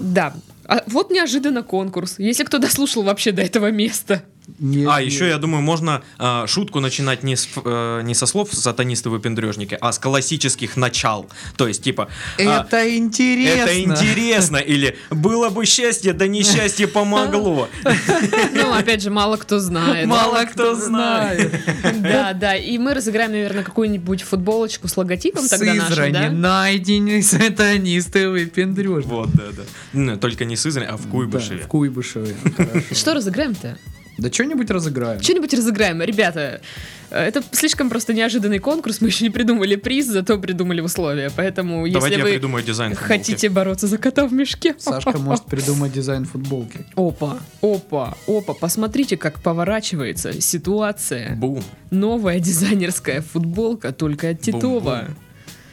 Speaker 1: Да. А вот неожиданно конкурс. Если кто дослушал вообще до этого места.
Speaker 3: не-
Speaker 2: А,
Speaker 3: не-
Speaker 2: еще, я думаю, можно э, шутку начинать не, с, ф- э, не со слов сатанисты-выпендрежники, а с классических начал. То есть, типа... а,
Speaker 3: Это интересно.
Speaker 2: «Это интересно, или было бы счастье, да несчастье помогло.
Speaker 1: Ну, опять же, мало кто знает.
Speaker 2: Мало кто знает.
Speaker 1: Да, да. И мы разыграем, наверное, какую-нибудь футболочку с логотипом тогда нашим,
Speaker 3: Сызрани
Speaker 1: да?
Speaker 3: найдены сатанисты выпендрешь.
Speaker 2: Вот, да, да. Ну, Только не Сызрань, а в
Speaker 3: Да, в
Speaker 2: Куйбышеве.
Speaker 3: Куйбышеве. ну,
Speaker 1: Что разыграем-то?
Speaker 3: Да что-нибудь разыграем.
Speaker 1: Что-нибудь разыграем, ребята. э, Это слишком просто неожиданный конкурс. Мы еще не придумали приз, зато придумали условия. Поэтому,
Speaker 2: Давайте я
Speaker 1: если вы
Speaker 2: придумаю дизайн. футболки.
Speaker 1: хотите бороться за кота в мешке,
Speaker 3: Сашка может придумать дизайн футболки.
Speaker 1: опа, опа, опа, посмотрите, как поворачивается ситуация.
Speaker 2: Бум.
Speaker 1: Новая дизайнерская футболка только от Титова.
Speaker 2: Бум-бум.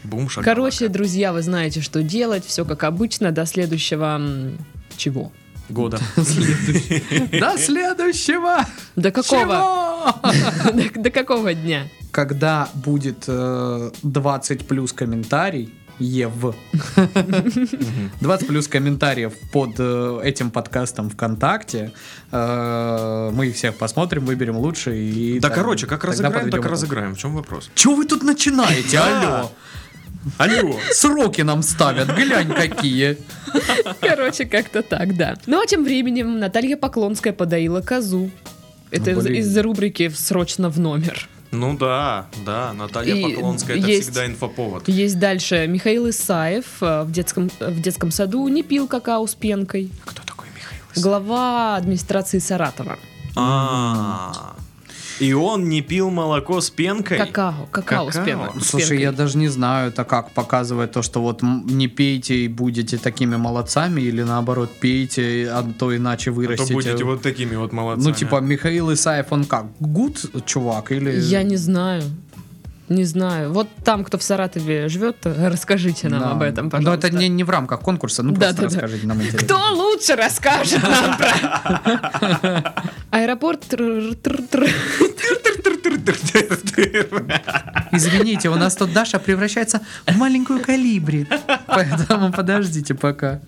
Speaker 2: Бум, шакалака.
Speaker 1: Короче, друзья, вы знаете, что делать. Все как обычно. До следующего... м, Чего?
Speaker 2: года.
Speaker 3: До следующего!
Speaker 1: До какого?
Speaker 3: Чего?
Speaker 1: До, до какого дня?
Speaker 3: Когда будет э, 20 плюс комментарий, Ев. 20 плюс комментариев под э, этим подкастом ВКонтакте. э, Мы их всех посмотрим, выберем лучший. и
Speaker 2: Да,
Speaker 3: тогда-
Speaker 2: короче, как
Speaker 3: тогда
Speaker 2: разыграем,
Speaker 3: подведем
Speaker 2: так
Speaker 3: итог.
Speaker 2: разыграем. В чем вопрос?
Speaker 3: Чего вы тут начинаете?
Speaker 2: Да.
Speaker 3: Алло!
Speaker 2: Алло.
Speaker 3: Сроки нам ставят, глянь какие.
Speaker 1: Короче, как-то так, да. Ну а тем временем Наталья Поклонская подоила козу. Это
Speaker 3: Ну,
Speaker 1: из-
Speaker 3: блин.
Speaker 1: из-за рубрики «Срочно в номер».
Speaker 2: Ну да, да, Наталья
Speaker 1: И
Speaker 2: Поклонская, это
Speaker 1: есть-
Speaker 2: всегда инфоповод.
Speaker 1: Есть дальше Михаил Исаев э, в детском, э, в детском саду не пил какао с пенкой.
Speaker 2: Кто такой Михаил? Исаев?
Speaker 1: Глава администрации Саратова.
Speaker 2: А. И он не пил молоко с пенкой?
Speaker 1: Какао, какао, с
Speaker 2: Какао?
Speaker 1: пенкой. с
Speaker 3: Слушай, я
Speaker 1: пенкой.
Speaker 3: даже не знаю, это как показывает то, что вот м, не пейте и будете такими молодцами, или наоборот, пейте, а то иначе
Speaker 2: А То
Speaker 3: вырастете.
Speaker 2: будете вот такими вот молодцами.
Speaker 3: ну, типа, Михаил Исаев, он как, гуд чувак, или...
Speaker 1: Я не знаю. Не знаю. Вот там, кто в Саратове живет, расскажите нам
Speaker 3: Да.
Speaker 1: об этом,
Speaker 3: Но
Speaker 1: пожалуйста.
Speaker 3: это не, не в рамках конкурса, ну
Speaker 1: Да,
Speaker 3: просто
Speaker 1: да, да.
Speaker 3: расскажите нам интересно.
Speaker 1: Кто лучше расскажет нам про... Аэропорт... тр-тр-тр-тр.
Speaker 2: А
Speaker 3: Извините, у нас тут Даша превращается в маленькую калибри, поэтому подождите пока.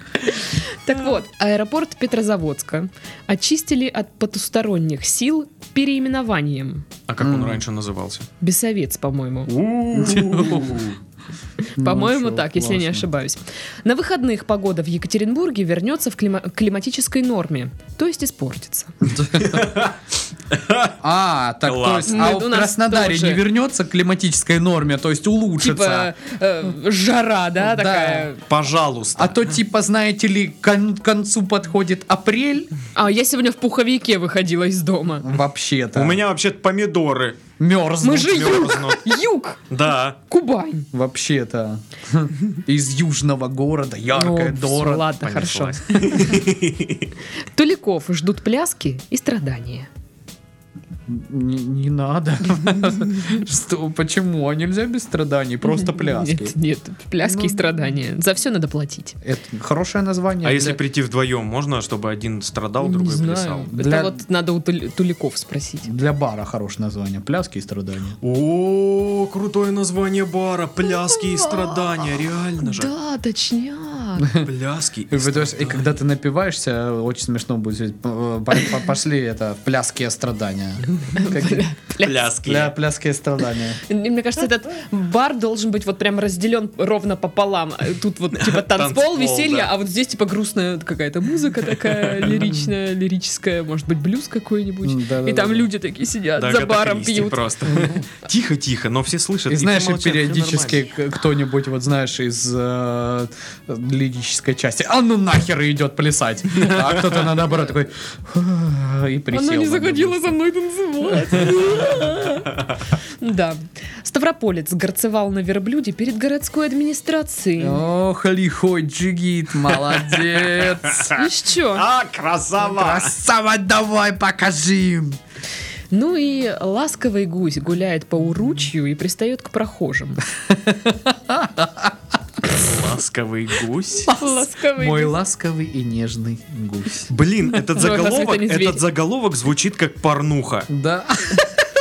Speaker 1: Так вот, аэропорт Петрозаводска очистили от потусторонних сил переименованием.
Speaker 2: А как он
Speaker 3: М.
Speaker 2: раньше назывался?
Speaker 1: Бесовец, по-моему.
Speaker 3: Ну,
Speaker 1: По-моему,
Speaker 3: чё,
Speaker 1: так, если я не
Speaker 3: классно.
Speaker 1: ошибаюсь. На выходных погода в Екатеринбурге вернется в клима- климатической норме, то есть испортится.
Speaker 3: А, так то есть,
Speaker 1: Классно.
Speaker 3: а
Speaker 1: Ну, у
Speaker 3: в
Speaker 1: нас
Speaker 3: Краснодаре
Speaker 1: тоже.
Speaker 3: не вернется к климатической норме, то есть улучшится.
Speaker 1: Типа э, жара, да,
Speaker 3: Да.
Speaker 1: такая.
Speaker 2: Пожалуйста.
Speaker 3: А то типа, знаете ли, к кон- концу подходит апрель
Speaker 1: А я сегодня в пуховике выходила из дома.
Speaker 3: вообще-то.
Speaker 2: У меня вообще-то помидоры
Speaker 3: мерзнут.
Speaker 1: Мы же юг,
Speaker 2: мерзнут.
Speaker 1: юг,
Speaker 2: Да.
Speaker 1: Кубань.
Speaker 3: Вообще-то. Из южного города, яркое,
Speaker 1: Ну, всё,
Speaker 3: дорого.
Speaker 1: Ладно, хорошо.
Speaker 2: понеслась.
Speaker 1: Туликов ждут пляски и страдания.
Speaker 3: Не, не надо. Что, почему? А нельзя без страданий, просто пляски.
Speaker 1: Нет, нет, пляски и страдания. За все надо платить.
Speaker 3: Это хорошее название.
Speaker 2: А если
Speaker 3: для-
Speaker 2: прийти вдвоем, можно, чтобы один страдал,
Speaker 1: Не
Speaker 2: другой
Speaker 1: знаю.
Speaker 2: плясал?
Speaker 3: Для-
Speaker 1: Это вот надо у Туль- Туликов спросить.
Speaker 3: Для бара хорошее название. Пляски и страдания.
Speaker 2: О, крутое название бара. Пляски и страдания. Реально же.
Speaker 1: Да, точняк.
Speaker 2: Пляски и
Speaker 3: Вы, то есть, И
Speaker 2: страдания.
Speaker 3: когда ты напиваешься, очень смешно будет. П- п- Пошли это в пляски страдания. Как-
Speaker 2: Пляски.
Speaker 3: Пля- Пляски страдания.
Speaker 1: Мне мне кажется, этот бар должен быть вот прям разделен ровно пополам. Тут вот типа танцпол,
Speaker 2: Танцпол,
Speaker 1: веселье,
Speaker 2: да.
Speaker 1: а вот здесь типа грустная какая-то музыка такая лиричная, лирическая, может быть, блюз какой-нибудь.
Speaker 3: М, да-да-да.
Speaker 1: И там люди такие сидят,
Speaker 2: Да,
Speaker 1: за
Speaker 2: Агата
Speaker 1: баром
Speaker 2: Кристи
Speaker 1: пьют.
Speaker 2: Просто. Тихо-тихо, но все слышат.
Speaker 3: И знаешь, и
Speaker 2: помолчат, всё
Speaker 3: периодически к- кто-нибудь, вот знаешь, из э, лирической части, а ну нахер и идет плясать. А кто-то на- наоборот такой, «Ах», и присел.
Speaker 1: Она не
Speaker 3: на
Speaker 1: заходила
Speaker 3: дыбу.
Speaker 1: за мной танцевать. Да. Ставрополец горцевал на верблюде перед городской администрацией.
Speaker 3: Ох, лихой джигит, молодец.
Speaker 1: Еще.
Speaker 2: А, красава!
Speaker 3: Красава, давай, покажи им.
Speaker 1: Ну и ласковый гусь гуляет по уручью и пристает к прохожим.
Speaker 2: Ласковый гусь.
Speaker 1: Ласковый
Speaker 3: Мой
Speaker 1: гусь.
Speaker 3: ласковый и нежный гусь.
Speaker 2: Блин, этот
Speaker 1: Ой, разве
Speaker 2: заголовок,
Speaker 1: это не зверь?
Speaker 2: этот заголовок звучит как порнуха.
Speaker 3: Да.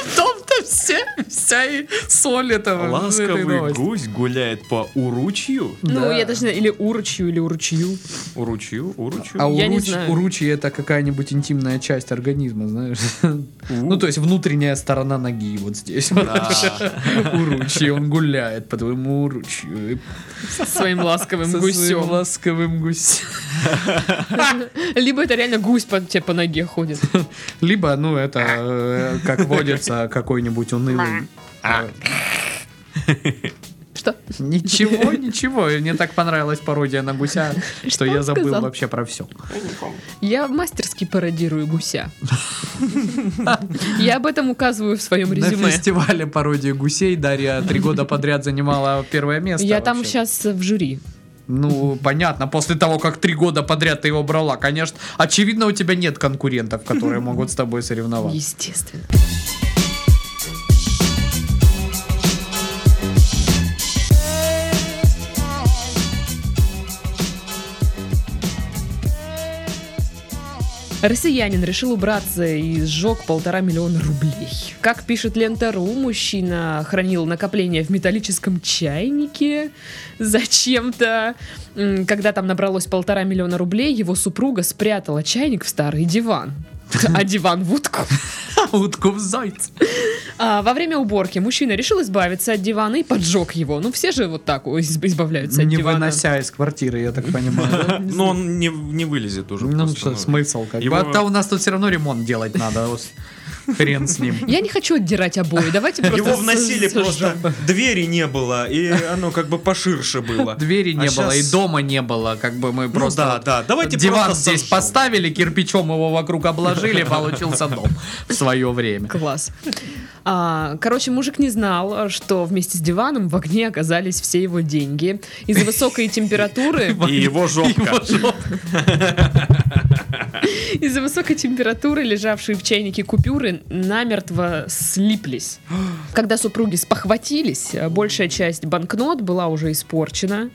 Speaker 3: В том-то все, вся и соль этого.
Speaker 2: Ласковый гусь гуляет по уручью.
Speaker 1: Ну,
Speaker 3: Да.
Speaker 1: я даже не знаю, или уручью, или уручью.
Speaker 2: Уручью, уручью.
Speaker 3: А
Speaker 1: Я не
Speaker 3: уруч,
Speaker 1: знаю.
Speaker 3: уручье это какая-нибудь интимная часть организма, знаешь? Ну, то есть внутренняя сторона ноги вот здесь.
Speaker 2: Да.
Speaker 3: Уручье, он гуляет по твоему уручью. и
Speaker 1: Со своим ласковым
Speaker 3: со
Speaker 1: гусем.
Speaker 3: своим ласковым гусем.
Speaker 1: Либо это реально гусь по тебе по ноге ходит.
Speaker 3: Либо, ну, это, э, как водится, какой-нибудь унылый. э,
Speaker 1: Что?
Speaker 3: Ничего, ничего. Мне так понравилась пародия на гуся, что я
Speaker 1: он
Speaker 3: забыл
Speaker 1: сказал?
Speaker 3: вообще про все.
Speaker 1: Я мастерски пародирую гуся. Я об этом указываю в своем
Speaker 3: На
Speaker 1: резюме.
Speaker 3: фестивале пародии гусей Дарья три года подряд занимала первое место.
Speaker 1: Я там
Speaker 3: вообще.
Speaker 1: сейчас в жюри.
Speaker 3: Ну, понятно, после того, как три года подряд ты его брала, конечно. Очевидно, у тебя нет конкурентов, которые могут с тобой соревноваться.
Speaker 1: Естественно. Россиянин решил убраться и сжег полтора миллиона рублей. Как пишет Лента.ру, мужчина хранил накопление в металлическом чайнике зачем-то. М, Когда там набралось полтора миллиона рублей, его супруга спрятала чайник в старый диван. А диван в утку.
Speaker 3: А Утков зайц.
Speaker 1: А, во время уборки мужчина решил избавиться от дивана и поджег его. Ну, все же вот так о, из- избавляются от
Speaker 3: Не
Speaker 1: дивана.
Speaker 3: вынося из квартиры, я так понимаю.
Speaker 2: Но он не, не вылезет уже.
Speaker 3: Ну,
Speaker 2: просто,
Speaker 3: что,
Speaker 2: ну.
Speaker 3: смысл как бы.
Speaker 2: Его-
Speaker 3: А то у нас тут все равно ремонт делать надо. а вот. Хрен с ним.
Speaker 1: Я не хочу отдирать обои. Давайте просто...
Speaker 2: Его
Speaker 1: с-
Speaker 2: вносили
Speaker 1: с-
Speaker 2: просто, двери не было, и оно как бы поширше было.
Speaker 3: Двери
Speaker 2: А
Speaker 3: не было,
Speaker 2: щас-
Speaker 3: и дома не было, как бы мы
Speaker 2: Ну
Speaker 3: просто...
Speaker 2: да,
Speaker 3: вот
Speaker 2: да, давайте
Speaker 3: Диван
Speaker 2: просто
Speaker 3: здесь
Speaker 2: сожжем.
Speaker 3: поставили, кирпичом его вокруг обложили, получился дом в свое время.
Speaker 1: Класс. А, короче, мужик не знал, что вместе с диваном в огне оказались все его деньги. Из-за высокой температуры...
Speaker 2: И его жопка.
Speaker 1: Из-за высокой температуры лежавшие в чайнике купюры намертво слиплись. Когда супруги спохватились, э, большая часть банкнот была уже испорчена.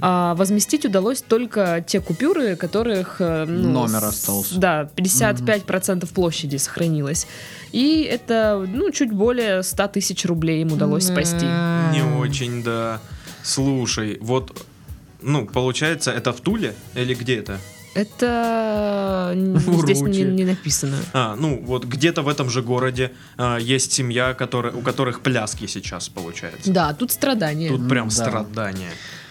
Speaker 1: А возместить удалось только те купюры, которых... э, ну,
Speaker 3: Номер
Speaker 1: с-
Speaker 3: остался.
Speaker 1: Да, 55% площади сохранилось. И это, ну, чуть более 100 тысяч рублей им удалось спасти.
Speaker 2: Не очень, да. Слушай, вот, ну, получается, это в Туле или где это?
Speaker 1: Это н- здесь не,
Speaker 3: Уручье.
Speaker 1: не написано.
Speaker 2: А, ну, вот где-то в этом же городе а, есть семья, которая, у которых пляски сейчас, получается.
Speaker 1: Да, тут страдания.
Speaker 2: Тут прям
Speaker 3: Да.
Speaker 2: страдания.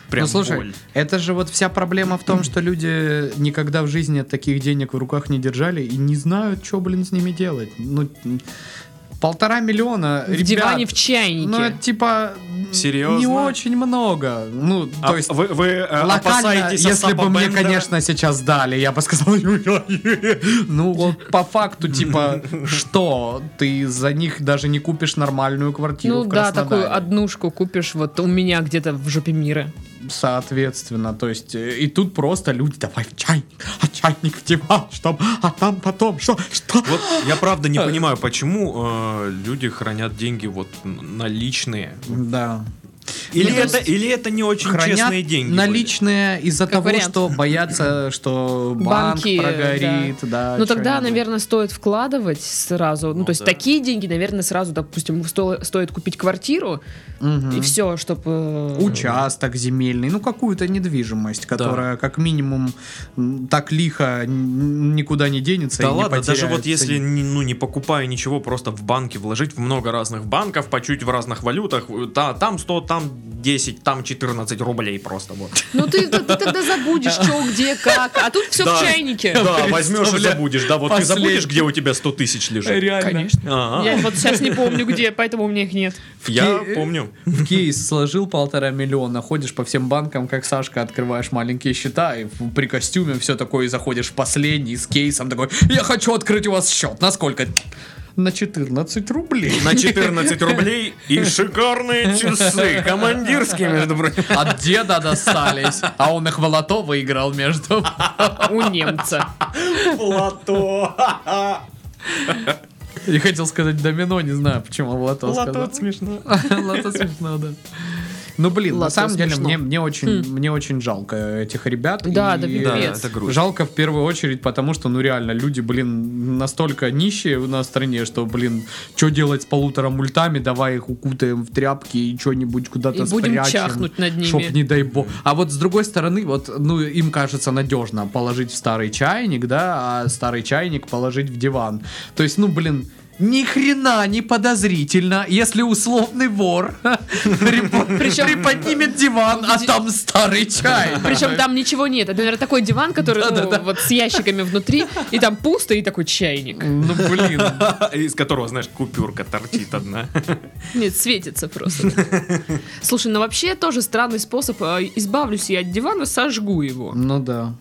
Speaker 2: Прям
Speaker 3: ну слушай,
Speaker 2: боль.
Speaker 3: это же вот вся проблема в том, что люди никогда в жизни таких денег в руках не держали и не знают, что, блин, с ними делать. Ну, м, полтора миллиона,
Speaker 1: В
Speaker 3: ребят,
Speaker 1: диване в чайнике.
Speaker 3: Ну, это типа м,
Speaker 2: Серьезно?
Speaker 3: не очень много. Ну,
Speaker 2: А
Speaker 3: то есть...
Speaker 2: вы, вы, э,
Speaker 3: Локально,
Speaker 2: опасаетесь
Speaker 3: если
Speaker 2: Остапа
Speaker 3: бы мне,
Speaker 2: Бендера?
Speaker 3: конечно, сейчас дали, я бы сказал, ну вот по факту, типа, что, ты за них даже не купишь нормальную квартиру
Speaker 1: Ну
Speaker 3: в
Speaker 1: да,
Speaker 3: Краснодаре.
Speaker 1: такую однушку купишь вот у меня где-то в жопе мира.
Speaker 3: Соответственно, то есть, э, и тут просто люди, давай в чайник, а чайник в диван, чтоб, а там потом, что, что?
Speaker 2: Вот я правда не понимаю, почему э, люди хранят деньги вот н- наличные.
Speaker 3: Да.
Speaker 2: Или
Speaker 3: Ну, то
Speaker 2: это, или это не очень
Speaker 3: Хранят
Speaker 2: честные деньги. были?
Speaker 3: наличные из-за того,
Speaker 1: вариант.
Speaker 3: что боятся, что банк
Speaker 1: Банки,
Speaker 3: прогорит, да.
Speaker 1: Ну тогда,
Speaker 3: чё-нибудь.
Speaker 1: наверное, стоит вкладывать сразу. Ну,
Speaker 2: Ну
Speaker 1: то есть
Speaker 2: да.
Speaker 1: такие деньги, наверное, сразу, допустим, сто- стоит купить квартиру
Speaker 3: Мгм.
Speaker 1: и все, чтобы... э,
Speaker 3: участок земельный, ну какую-то недвижимость, которая как минимум м, так лихо н- никуда не денется.
Speaker 2: Да
Speaker 3: и не
Speaker 2: ладно, даже
Speaker 3: потеряет
Speaker 2: вот если
Speaker 3: цене.
Speaker 2: не- ну, не покупая ничего, просто в банке вложить в много разных банков, по чуть в разных валютах, э, та, там 100, там 10, там 14 рублей просто вот.
Speaker 1: Ну ты, ты- ты тогда забудешь, что, где, как. А тут все
Speaker 2: Да.
Speaker 1: в чайнике.
Speaker 2: Да, возьмешь и забудешь. Да, вот ты
Speaker 3: Последний.
Speaker 2: забудешь, где у тебя 100 тысяч лежит.
Speaker 3: Реально.
Speaker 2: Ага.
Speaker 1: Я вот сейчас не помню, где, поэтому у меня их нет.
Speaker 2: Я
Speaker 3: Ки-
Speaker 2: помню.
Speaker 3: В кейс сложил полтора миллиона, ходишь по всем банкам, как Сашка, открываешь маленькие счета, и в- при костюме все такое, и заходишь в последний с кейсом, такой, я хочу открыть у вас счет, на сколько? На 14 рублей.
Speaker 2: На 14 рублей и шикарные часы. Командирские, между прочим.
Speaker 3: От деда достались, а он их в лото выиграл, между
Speaker 1: У немца.
Speaker 2: Лото.
Speaker 3: Я хотел сказать домино, не знаю, почему лото сказал.
Speaker 2: Лото смешно.
Speaker 3: Лото смешно, да. Хм. Ну, блин, на
Speaker 1: Лото
Speaker 3: самом деле,
Speaker 1: смешно.
Speaker 3: мне, мне, очень, мне очень жалко этих ребят.
Speaker 1: Да,
Speaker 3: и-
Speaker 1: да,
Speaker 2: Да,
Speaker 1: пипец.
Speaker 2: это грусть.
Speaker 3: Жалко в первую очередь, потому что, ну, реально, люди, блин, настолько нищие на стране, что, блин, что делать с полутора мультами, давай их укутаем в тряпки и что-нибудь куда-то
Speaker 1: И будем
Speaker 3: спрячем,
Speaker 1: чахнуть над ними.
Speaker 3: Чтоб, не дай бог. А вот с другой стороны, вот, ну, им кажется надежно положить в старый чайник, да, а старый чайник положить в диван. То есть, ну, блин, ни хрена не подозрительно, если условный вор припо-
Speaker 1: Причем-
Speaker 3: приподнимет диван, а там старый чайник.
Speaker 1: Причем там ничего нет. Это, наверное, такой диван, который ну,
Speaker 3: Да-да-да.
Speaker 1: вот с ящиками внутри, и там пусто, и такой чайник.
Speaker 3: Ну, блин.
Speaker 2: Из которого, знаешь, купюрка торчит одна.
Speaker 1: Нет, светится просто. Слушай, ну вообще тоже странный способ. э, Избавлюсь я от дивана, сожгу его.
Speaker 3: Ну да.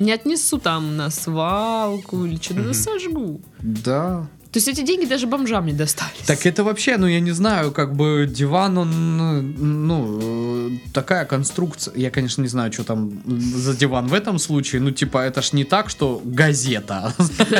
Speaker 1: Не отнесу там на свалку или что-то, ну сожгу.
Speaker 3: Да.
Speaker 1: То есть эти деньги даже бомжам не достались.
Speaker 3: Так это вообще, ну я не знаю, как бы диван, он, э, ну, э, такая конструкция. Я, конечно, не знаю, что там за диван в этом случае. Ну, типа, это ж не так, что газета.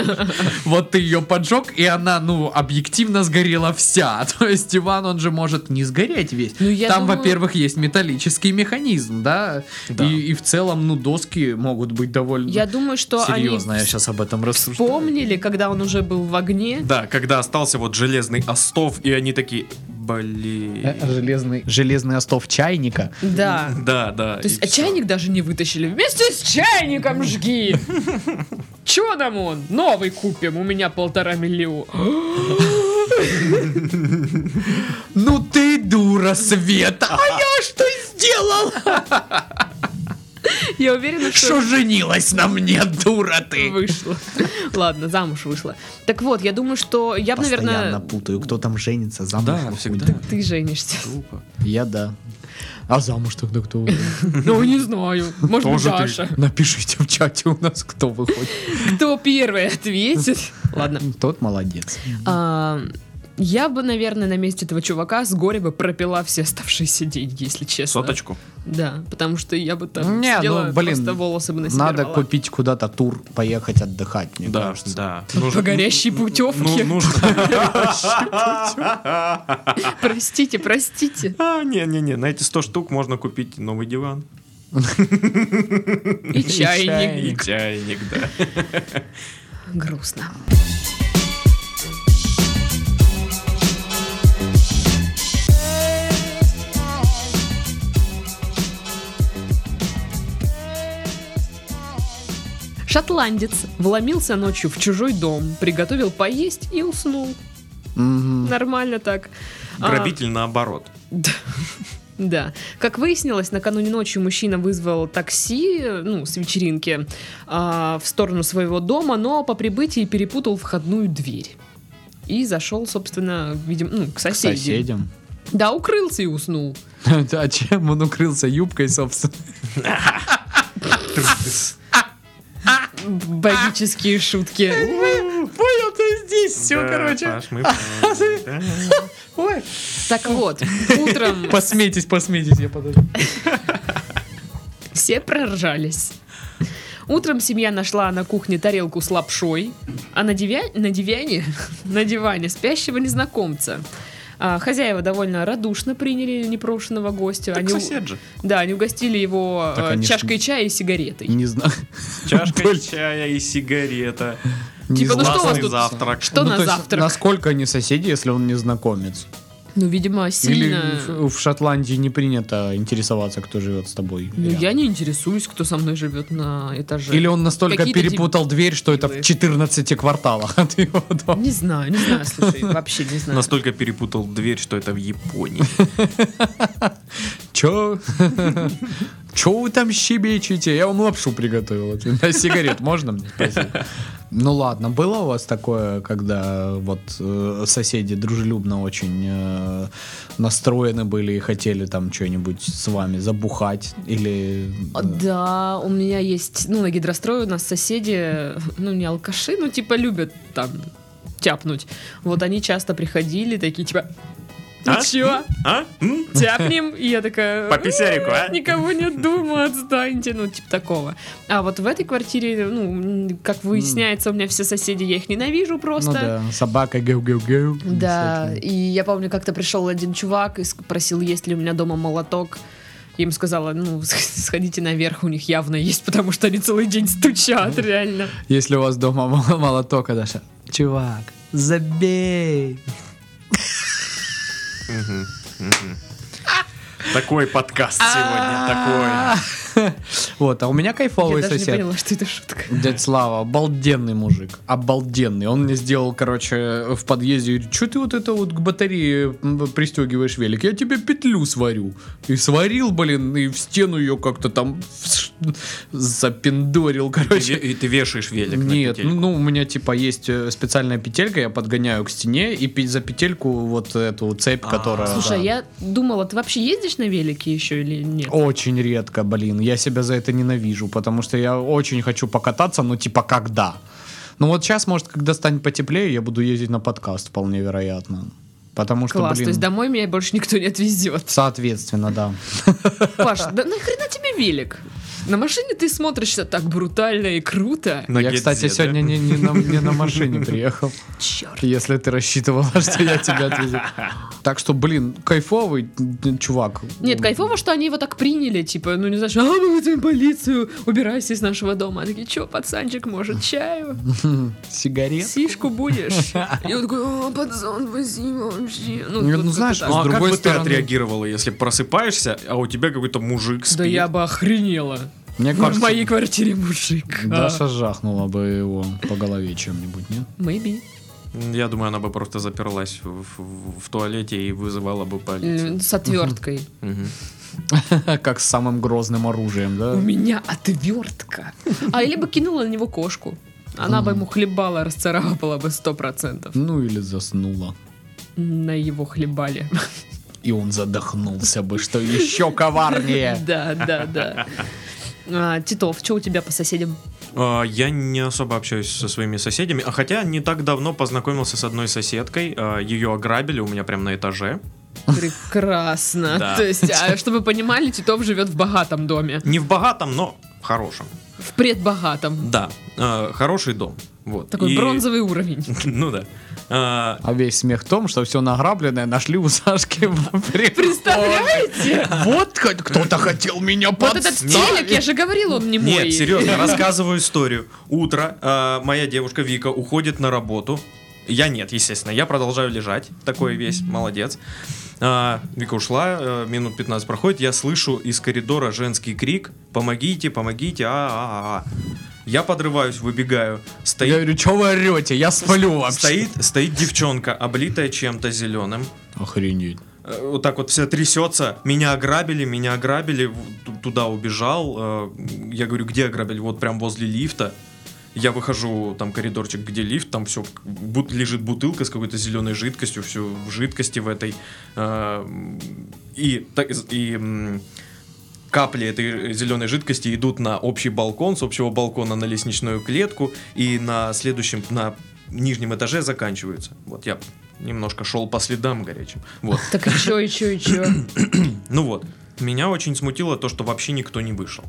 Speaker 3: Вот ты ее поджег, и она, ну, объективно сгорела вся. То есть диван, он же может не сгореть весь.
Speaker 1: Ну, я
Speaker 3: Там,
Speaker 1: думаю-
Speaker 3: во-первых, есть металлический механизм, да?
Speaker 2: Да.
Speaker 3: И, и в целом, ну, доски могут быть довольно...
Speaker 1: Я думаю, что
Speaker 3: Серьезно, я
Speaker 1: они
Speaker 3: сейчас об этом рассуждаю.
Speaker 1: вспомнили, когда он уже был в огне.
Speaker 2: Да, когда остался вот железный остов, и они такие, блин.
Speaker 3: Э, Железный, железный остов чайника.
Speaker 1: Да.
Speaker 2: Да, да.
Speaker 1: То есть
Speaker 2: и
Speaker 1: а
Speaker 2: всё.
Speaker 1: чайник даже не вытащили. Вместе с чайником жги! Чё нам он? Новый купим, у меня полтора миллиона.
Speaker 3: Ну ты дура, Света! А я что сделал?
Speaker 1: Я уверена, что
Speaker 3: Что женилась на мне, дура ты?
Speaker 1: вышла. Ладно, замуж вышла. Так вот, я думаю, что я бы,
Speaker 3: Постоянно
Speaker 1: наверное...
Speaker 3: путаю, кто там женится, замуж.
Speaker 2: Да,
Speaker 3: выходит.
Speaker 2: всегда.
Speaker 1: Ты женишься.
Speaker 2: Глупо.
Speaker 3: Я да. А замуж тогда кто? выходит?
Speaker 1: Ну, не знаю. Может быть,
Speaker 2: Тоже ты.
Speaker 1: Даша.
Speaker 3: Напишите в чате у нас, кто выходит.
Speaker 1: Кто первый ответит? Ладно.
Speaker 3: Ну, Тот молодец.
Speaker 1: А, Я бы, наверное, на месте этого чувака с горя бы пропила все оставшиеся деньги, если честно.
Speaker 2: Соточку.
Speaker 1: Да, потому что я бы там
Speaker 3: Не,
Speaker 1: сидела,
Speaker 3: ну, блин,
Speaker 1: просто волосы бы насобирала.
Speaker 3: Надо купить куда-то тур, поехать отдыхать, мне
Speaker 2: Да,
Speaker 3: кажется.
Speaker 2: да.
Speaker 1: По горящей
Speaker 2: Ну,
Speaker 1: путевке.
Speaker 2: нужно.
Speaker 1: Простите, простите.
Speaker 2: А, не-не-не, на эти 100 штук можно купить новый диван.
Speaker 1: И чайник.
Speaker 3: чайник.
Speaker 2: И чайник, да.
Speaker 1: Грустно. Шотландец вломился ночью в чужой дом, приготовил поесть и уснул.
Speaker 3: Мгм.
Speaker 1: Нормально так. А,
Speaker 2: Грабитель наоборот.
Speaker 1: Да. Да. Как выяснилось, накануне ночью мужчина вызвал такси, э, ну, с вечеринки, а, в сторону своего дома, но по прибытии перепутал входную дверь. И зашел, собственно, видимо, ну, к
Speaker 3: К
Speaker 1: соседям.
Speaker 3: соседям.
Speaker 1: Да, укрылся и уснул.
Speaker 3: А чем он укрылся? Юбкой, собственно.
Speaker 1: Богические шутки.
Speaker 3: а. Понял, ты здесь,
Speaker 2: Да, Паш, мы поняли, да.
Speaker 1: Так вот, утром...
Speaker 3: Посмейтесь, посмейтесь, я подожду.
Speaker 1: Все проржались. Утром семья нашла на кухне тарелку с лапшой, а на, девя- на девяне, на диване спящего незнакомца. А, хозяева довольно радушно приняли непрошенного гостя.
Speaker 2: Так
Speaker 1: Они у-
Speaker 2: сосед же.
Speaker 1: Да, они угостили его
Speaker 3: Так
Speaker 1: э,
Speaker 3: они ж-
Speaker 1: чашкой чая и сигаретой.
Speaker 3: Не знаю.
Speaker 2: Чашка
Speaker 3: Блин.
Speaker 2: чая и сигарета.
Speaker 1: Типа, ну что у вас
Speaker 2: Классный
Speaker 1: тут?
Speaker 2: завтрак.
Speaker 1: Что на
Speaker 3: Ну, то есть,
Speaker 1: завтрак?
Speaker 3: Насколько они соседи, если он незнакомец?
Speaker 1: Ну, видимо, сильно.
Speaker 3: Или в, в Шотландии не принято интересоваться, кто живет с тобой?
Speaker 1: Ну,
Speaker 3: рядом?
Speaker 1: я не интересуюсь, кто со мной живет на этаже.
Speaker 3: Или он настолько
Speaker 1: Какие-то типа
Speaker 3: перепутал дверь, что это в
Speaker 1: дебилы.
Speaker 3: 14 кварталах от его дома?
Speaker 1: Не знаю, не знаю, слушай, вообще не знаю.
Speaker 2: Настолько перепутал дверь, что это в Японии.
Speaker 3: Чё? Чё вы там щебечете? Я вам лапшу приготовила. На сигарет можно мне? Спасибо. Ну ладно, было у вас такое, когда вот э, соседи дружелюбно очень э, настроены были и хотели там что-нибудь с вами забухать или... э, ну
Speaker 1: А, Да, у меня есть, ну, на гидрострое у нас соседи, ну, не алкаши, ну, типа, любят там тяпнуть. Вот они часто приходили, такие, типа, ну
Speaker 2: А?
Speaker 1: чё,
Speaker 2: А? М?
Speaker 1: тяпнем? И я такая...
Speaker 2: По писярику, а?
Speaker 1: «М, Никого не думаю, отстаньте, ну, типа такого. А вот в этой квартире, ну, м, как выясняется, у меня все соседи, я их ненавижу просто.
Speaker 3: Ну да, собака геу-геу-геу.
Speaker 1: Да, и я помню, как-то пришел один чувак и спросил, есть ли у меня дома молоток. Я им сказала, ну, сходите наверх, у них явно есть, потому что они целый день стучат, реально.
Speaker 3: Если у вас дома мол- молоток, а Даша, чувак, забей.
Speaker 2: Такой подкаст сегодня, такой.
Speaker 3: Вот, а у меня кайфовый
Speaker 1: я даже не
Speaker 3: сосед.
Speaker 1: поняла, что это шутка.
Speaker 3: Дядь Слава, обалденный мужик, обалденный. Он мне сделал, короче, в подъезде, говорит, что ты вот это вот к батарее м, пристегиваешь велик? Я тебе петлю сварю. И сварил, блин, и в стену ее как-то там вш- запиндорил,
Speaker 2: Ты
Speaker 3: короче.
Speaker 2: ве- И ты вешаешь велик на
Speaker 3: Нет,
Speaker 2: петельку.
Speaker 3: ну у меня типа есть э, специальная петелька, я подгоняю к стене и пи- за петельку вот эту цепь,
Speaker 2: А.
Speaker 3: которая...
Speaker 1: Слушай,
Speaker 3: да.
Speaker 1: я думала, ты вообще ездишь на велике еще или нет?
Speaker 3: Очень редко, блин. Я себя за это ненавижу, потому что я очень хочу покататься, но типа когда? Ну вот сейчас, может, когда станет потеплее, я буду ездить на подкаст, вполне вероятно. Потому что,
Speaker 1: Класс,
Speaker 3: блин,
Speaker 1: то есть домой меня больше никто не отвезет.
Speaker 3: соответственно, да.
Speaker 1: Паш, да нахрена тебе велик? На машине ты смотришься так брутально и круто.
Speaker 2: На
Speaker 3: я,
Speaker 2: Гетзе,
Speaker 3: кстати,
Speaker 2: да? Ну,
Speaker 3: сегодня не, не на, не на машине приехал,
Speaker 1: Черт.
Speaker 3: если ты рассчитывала, что я тебя отвезу. Так что, блин, кайфовый м, чувак.
Speaker 1: Нет, кайфово, что они его так приняли, типа, ну не знаешь, а мы вызовем полицию, убирайся из нашего дома. Они такие, чё, пацанчик, может, чаю?
Speaker 3: Хм, Сигарет.
Speaker 1: Сишку будешь? И он такой, о, пацан, спасибо вообще.
Speaker 3: Нет,
Speaker 1: тут
Speaker 3: ну,
Speaker 1: как-то
Speaker 3: знаешь,
Speaker 1: так.
Speaker 2: Ну, а
Speaker 3: С другой
Speaker 2: как бы
Speaker 3: стороны-
Speaker 2: ты отреагировала, если просыпаешься, а у тебя какой-то мужик спит?
Speaker 1: Да я бы охренела.
Speaker 3: Мне
Speaker 1: В моей
Speaker 3: кажется,
Speaker 1: квартире мужик. А,
Speaker 3: Даша жахнула бы его по голове чем-нибудь, нет?
Speaker 1: Maybe.
Speaker 2: Я думаю, она бы просто заперлась в, в- в туалете и вызывала бы полицию.
Speaker 1: Э, С отверткой.
Speaker 2: Мгм.
Speaker 3: Как с самым грозным оружием, да?
Speaker 1: У меня отвертка. А или бы кинула на него кошку. Она бы ему хлебала, расцарапала бы сто процентов.
Speaker 3: Ну или заснула.
Speaker 1: На его хлебали.
Speaker 3: И он задохнулся бы, что еще коварнее.
Speaker 1: Да, да, да. А, Титов, что у тебя по соседям?
Speaker 2: А, Я не особо общаюсь со своими соседями, а хотя не так давно познакомился с одной соседкой, а, ее ограбили у меня прямо на этаже.
Speaker 1: Прекрасно.
Speaker 2: Да.
Speaker 1: То есть, а, чтобы вы понимали, Титов живет в богатом доме.
Speaker 2: Не в богатом, но в хорошем.
Speaker 1: В предбогатом.
Speaker 2: Да, а, хороший дом. Вот.
Speaker 1: Такой
Speaker 2: И-
Speaker 1: бронзовый уровень.
Speaker 2: Ну да. А,
Speaker 3: А весь смех в том, что все награбленное нашли у Сашки в
Speaker 1: Представляете?
Speaker 3: Вот хоть кто-то хотел меня
Speaker 1: Вот этот телек, я же говорил, он не мой.
Speaker 2: Нет, серьезно, рассказываю историю. Утро, э, моя девушка Вика уходит на работу. Я нет, естественно, я продолжаю лежать, такой весь, молодец. А, Вика ушла, э, минут 15 проходит, я слышу из коридора женский крик «Помогите, помогите, а а а Я подрываюсь, выбегаю,
Speaker 3: Я
Speaker 2: стоит,
Speaker 3: говорю, что вы орете? Я сплю вообще.
Speaker 2: стоит, стоит девчонка, облитая чем-то зеленым,
Speaker 3: Охренеть.
Speaker 2: Э, вот так вот вся трясется. Меня ограбили, меня ограбили, в- ту- туда убежал. Э, Я говорю, где ограбили? Вот прям возле лифта. Я выхожу, там коридорчик, где лифт, там все, лежит бутылка с какой-то зеленой жидкостью, все в жидкости в этой. Э, И, та- и м, капли этой зеленой жидкости идут на общий балкон, с общего балкона на лестничную клетку, и на следующем, на нижнем этаже заканчиваются. Вот я немножко шел по следам горячим. Вот.
Speaker 1: Так и чё, и чё, и чё?
Speaker 2: Ну вот, меня очень смутило то, что вообще никто не вышел.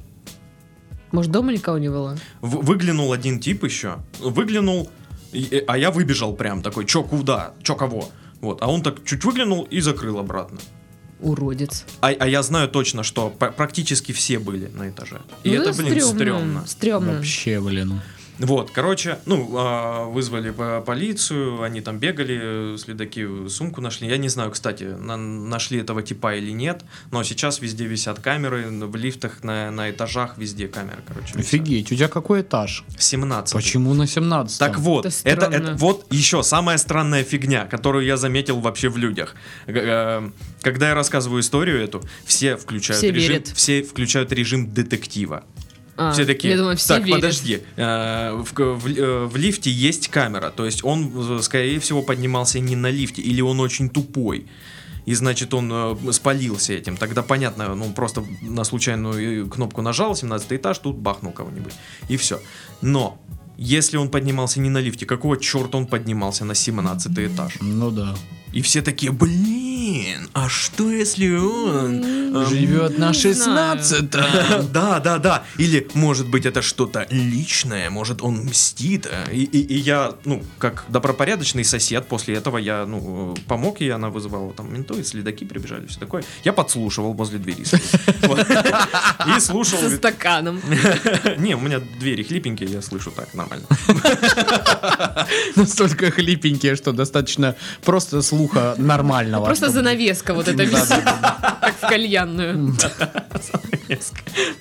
Speaker 1: Может, дома никого не было?
Speaker 2: В- выглянул один тип еще, выглянул, и- э, а я выбежал прям такой, чё куда, чё кого. Вот, а он так чуть выглянул и закрыл обратно.
Speaker 1: Уродец.
Speaker 2: А, а я знаю точно, что п- практически все были на этаже. И
Speaker 1: Ну,
Speaker 2: это, блин, стрёмно.
Speaker 1: Стрёмно.
Speaker 3: Вообще, блин.
Speaker 2: Вот, короче, ну, а, вызвали по- полицию, они там бегали, э, следаки сумку нашли. Я не знаю, кстати, на- нашли этого типа или нет, но сейчас везде висят камеры, в лифтах, на, на этажах везде камеры, короче. висят.
Speaker 3: Офигеть, у тебя какой этаж?
Speaker 2: 17.
Speaker 3: Почему на 17?
Speaker 2: Так вот,
Speaker 1: Это
Speaker 2: это,
Speaker 1: странно.
Speaker 2: это- вот еще самая странная фигня, которую я заметил вообще в людях. Г- э, Когда я рассказываю историю эту, все включают
Speaker 1: Все
Speaker 2: режим,
Speaker 1: верят.
Speaker 2: все включают режим детектива.
Speaker 1: А,
Speaker 2: Все такие,
Speaker 1: Я думаю, все
Speaker 2: так,
Speaker 1: верят.
Speaker 2: подожди, э, в, к- в ли- э, в лифте есть камера, то есть он, э, скорее всего, поднимался не на лифте, или он очень тупой, и значит, он э, спалился этим. Тогда понятно, ну, просто на случайную э, кнопку нажал, 17 этаж, тут бахнул кого-нибудь, и все. Но, если он поднимался не на лифте, какого черта он поднимался на 17 этаж?
Speaker 3: Ну да.
Speaker 2: И все такие, блин, а что если он... эм,
Speaker 3: Живет на
Speaker 1: не
Speaker 3: 16
Speaker 2: да, да, да. Или, может быть, это что-то личное, может, он мстит. э, И, и- и я, ну, как добропорядочный сосед, после этого я, ну, э, помог ей, она вызывала там менту, и следаки прибежали, все такое. Я подслушивал возле двери. Вот. И слушал.
Speaker 1: Со стаканом.
Speaker 2: Не, у меня двери хлипенькие, я слышу так, нормально.
Speaker 3: Настолько хлипенькие, что достаточно просто слуха нормального.
Speaker 1: Просто занавеска вот эта
Speaker 3: Да,
Speaker 1: висит. Как в кальянную.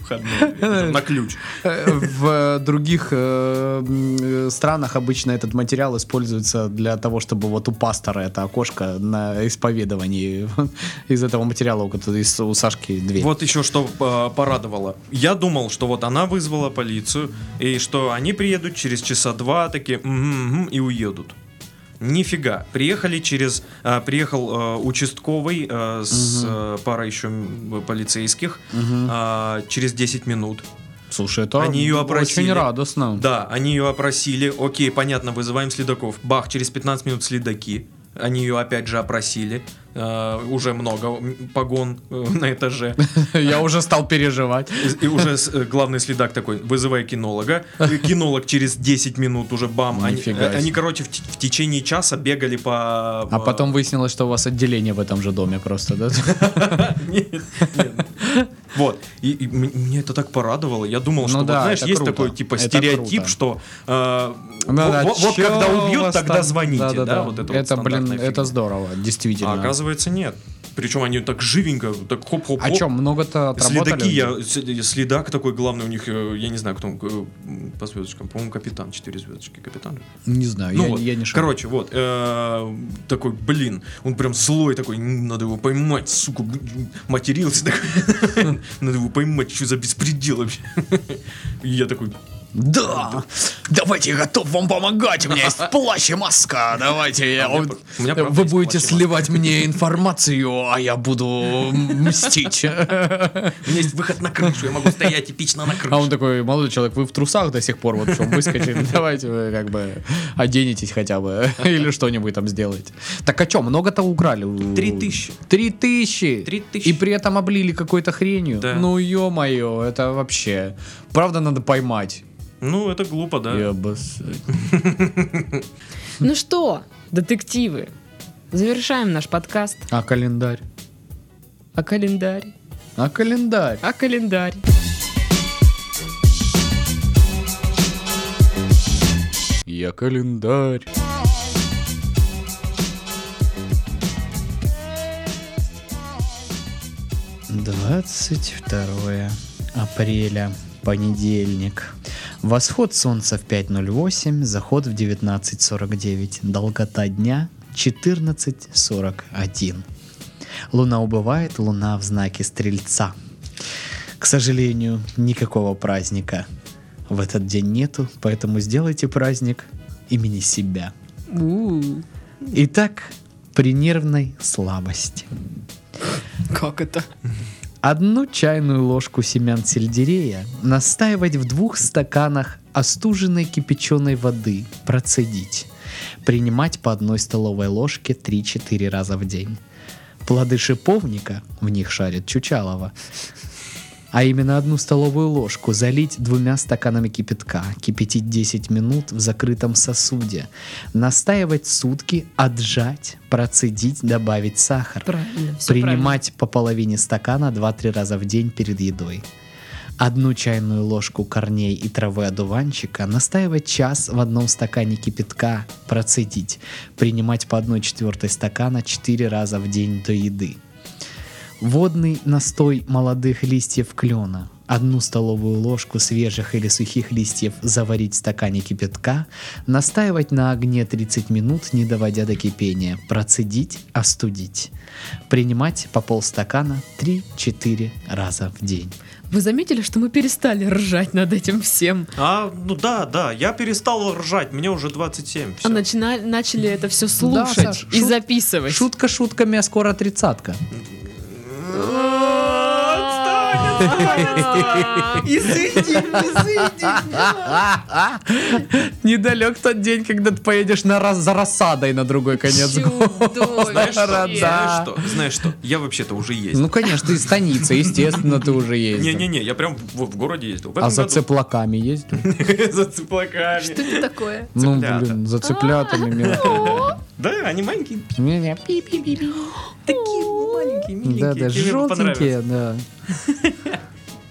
Speaker 2: Входная дверь, На ключ.
Speaker 3: Э, В других э, м, э, странах обычно этот материал используется для того, чтобы вот у пастора это окошко на исповедовании из этого материала, у которого- из- у Сашки дверь.
Speaker 2: Вот еще что э, порадовало. Я думал, что вот она вызвала полицию, и что они приедут через часа два, такие, «Мгм, мгм», и уедут. Нифига. Приехали через... э, приехал э, участковый э, с э, парой еще м, полицейских э, через 10 минут.
Speaker 3: Слушай, это
Speaker 2: Они её опросили.
Speaker 3: очень радостно.
Speaker 2: Да, они ее опросили. Окей, понятно, вызываем следаков. Бах, через 15 минут следаки. Они ее опять же опросили. Э, уже много м, погон э, на этаже.
Speaker 3: Я уже стал переживать.
Speaker 2: И уже с- э, главный следак такой, вызывай кинолога. И Кинолог через 10 минут уже бам. Они,
Speaker 3: Нифига
Speaker 2: э,
Speaker 3: себе.
Speaker 2: они, короче, в, т- в течение часа бегали по...
Speaker 3: А потом выяснилось, что у вас отделение в этом же доме просто, да?
Speaker 2: Нет, нет. Вот. И, и м- мне это так порадовало. Я думал,
Speaker 3: Ну
Speaker 2: что, вот,
Speaker 3: да,
Speaker 2: знаешь,
Speaker 3: это
Speaker 2: есть
Speaker 3: круто.
Speaker 2: такой, типа,
Speaker 3: Это
Speaker 2: стереотип,
Speaker 3: круто.
Speaker 2: что э,
Speaker 3: Да, да,
Speaker 2: во- вот
Speaker 3: чё
Speaker 2: когда
Speaker 3: у
Speaker 2: убьют,
Speaker 3: вас
Speaker 2: тогда
Speaker 3: там?
Speaker 2: звоните.
Speaker 3: Да-да-да.
Speaker 2: Да, вот это вот
Speaker 3: Это, блин,
Speaker 2: стандартная
Speaker 3: это
Speaker 2: фигня.
Speaker 3: здорово,
Speaker 2: А
Speaker 3: действительно.
Speaker 2: оказывается, нет. Причем они так живенько, так хоп-хоп-хоп.
Speaker 3: А чем, много-то отработали?
Speaker 2: Следаки, я, с- э, следак такой главный у них, э, я не знаю, кто он, э, по звездочкам, по-моему, капитан, четыре звездочки, капитан.
Speaker 3: Не знаю,
Speaker 2: Ну
Speaker 3: А я,
Speaker 2: вот,
Speaker 3: я не шарю.
Speaker 2: короче, вот, э, такой, блин, он прям злой такой, «М, надо его поймать, сука, б- матерился такой, надо его поймать, что за беспредел вообще. И я такой,
Speaker 3: Да! Давайте я готов вам помогать! У меня есть плащ и маска! Давайте
Speaker 2: А
Speaker 3: я...
Speaker 2: у меня
Speaker 3: вот-
Speaker 2: пр- у меня правда
Speaker 3: Вы
Speaker 2: есть плащ
Speaker 3: будете
Speaker 2: и маска.
Speaker 3: сливать мне информацию, а я буду мстить. А
Speaker 2: у меня есть выход на крышу, я могу стоять эпично на
Speaker 3: он
Speaker 2: крыше.
Speaker 3: такой, молодой человек, вы в трусах до сих пор вот в чем выскочили. Давайте вы как бы оденетесь хотя бы. Или что-нибудь там сделаете. Так а чем? Много-то украли.
Speaker 2: Три тысячи.
Speaker 3: Три тысячи.
Speaker 2: Три тысячи.
Speaker 3: И при этом облили какой-то хренью.
Speaker 2: Да.
Speaker 3: Ну ё-моё, это вообще. Правда надо поймать.
Speaker 2: Ну, это глупо, да.
Speaker 3: Ебасать.
Speaker 1: Ну что, детективы, завершаем наш подкаст.
Speaker 3: А календарь?
Speaker 1: А календарь?
Speaker 3: А календарь?
Speaker 1: А календарь?
Speaker 3: Я календарь. Двадцать второе апреля, понедельник. Восход солнца в 5.08, заход в 19.49, долгота дня 14.41. Луна убывает, луна в знаке Стрельца. К сожалению, никакого праздника в этот день нету, поэтому сделайте праздник имени себя.
Speaker 1: У,
Speaker 3: Итак, при нервной слабости.
Speaker 1: Как это?
Speaker 3: Одну чайную ложку семян сельдерея настаивать в двух стаканах остуженной кипяченой воды, процедить. Принимать по одной столовой ложке 3-4 раза в день. Плоды шиповника, в них шарит Чучалова, а именно одну столовую ложку залить двумя стаканами кипятка, кипятить 10 минут в закрытом сосуде, настаивать сутки, отжать, процедить, добавить сахар.
Speaker 1: Правильно, всё
Speaker 3: Принимать по половине стакана 2-3 раза в день перед едой. Одну чайную ложку корней и травы одуванчика настаивать час в одном стакане кипятка, процедить, принимать по 1 четвертой стакана 4 раза в день до еды. Водный настой молодых листьев клена. Одну столовую ложку свежих или сухих листьев заварить в стакане кипятка, настаивать на огне 30 минут, не доводя до кипения, процедить, остудить. Принимать по полстакана 3-4 раза в день.
Speaker 1: правильно. Вы заметили, что мы перестали ржать над этим всем?
Speaker 2: А, ну да, да, я перестал ржать, мне уже 27. всё.
Speaker 1: А
Speaker 3: типа,
Speaker 1: начина- начали это все слушать
Speaker 3: Саш,
Speaker 1: и
Speaker 3: шут-
Speaker 1: записывать.
Speaker 3: Шутка шутками, а скоро тридцатка.
Speaker 1: А,
Speaker 3: Недалек тот день, когда ты поедешь на раз, за рассадой на другой конец города.
Speaker 2: Знаешь что?
Speaker 3: Рада.
Speaker 2: Знаешь что? Знаешь что? Я вообще-то уже есть.
Speaker 3: Ну, конечно, из станицы, естественно, ты уже ездил.
Speaker 2: Не-не-не, я прям в, в городе ездил. В
Speaker 3: А
Speaker 2: этом
Speaker 3: за
Speaker 2: году-
Speaker 3: цеплаками ездил?
Speaker 2: за цыплаками.
Speaker 1: Что это такое?
Speaker 3: Ну,
Speaker 2: Цыплята. А.
Speaker 3: блин, за цыплятами. мелкими.
Speaker 2: Да, они маленькие,
Speaker 3: Не-не,
Speaker 1: Пи-пи-пи-пи.
Speaker 2: такие маленькие, миленькие.
Speaker 3: Да, да,
Speaker 2: тебе
Speaker 3: желтенькие,
Speaker 2: понравятся.
Speaker 3: да.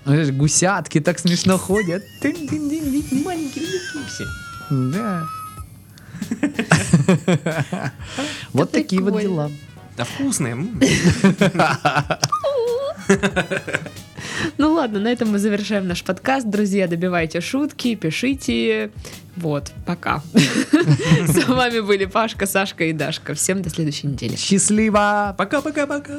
Speaker 3: Ну, Знаешь, Гусятки так смешно ходят.
Speaker 2: Тын-тын-тын, Маленькие, маленькие все.
Speaker 3: Да. Вот такие вот
Speaker 1: прикольно.
Speaker 3: дела.
Speaker 2: Да вкусные. м.
Speaker 1: Ну ладно, на этом мы завершаем наш подкаст. Друзья, добивайте шутки, пишите. Вот, пока. С вами были Пашка, Сашка и Дашка. Всем до следующей недели.
Speaker 3: Счастливо!
Speaker 2: Пока-пока-пока.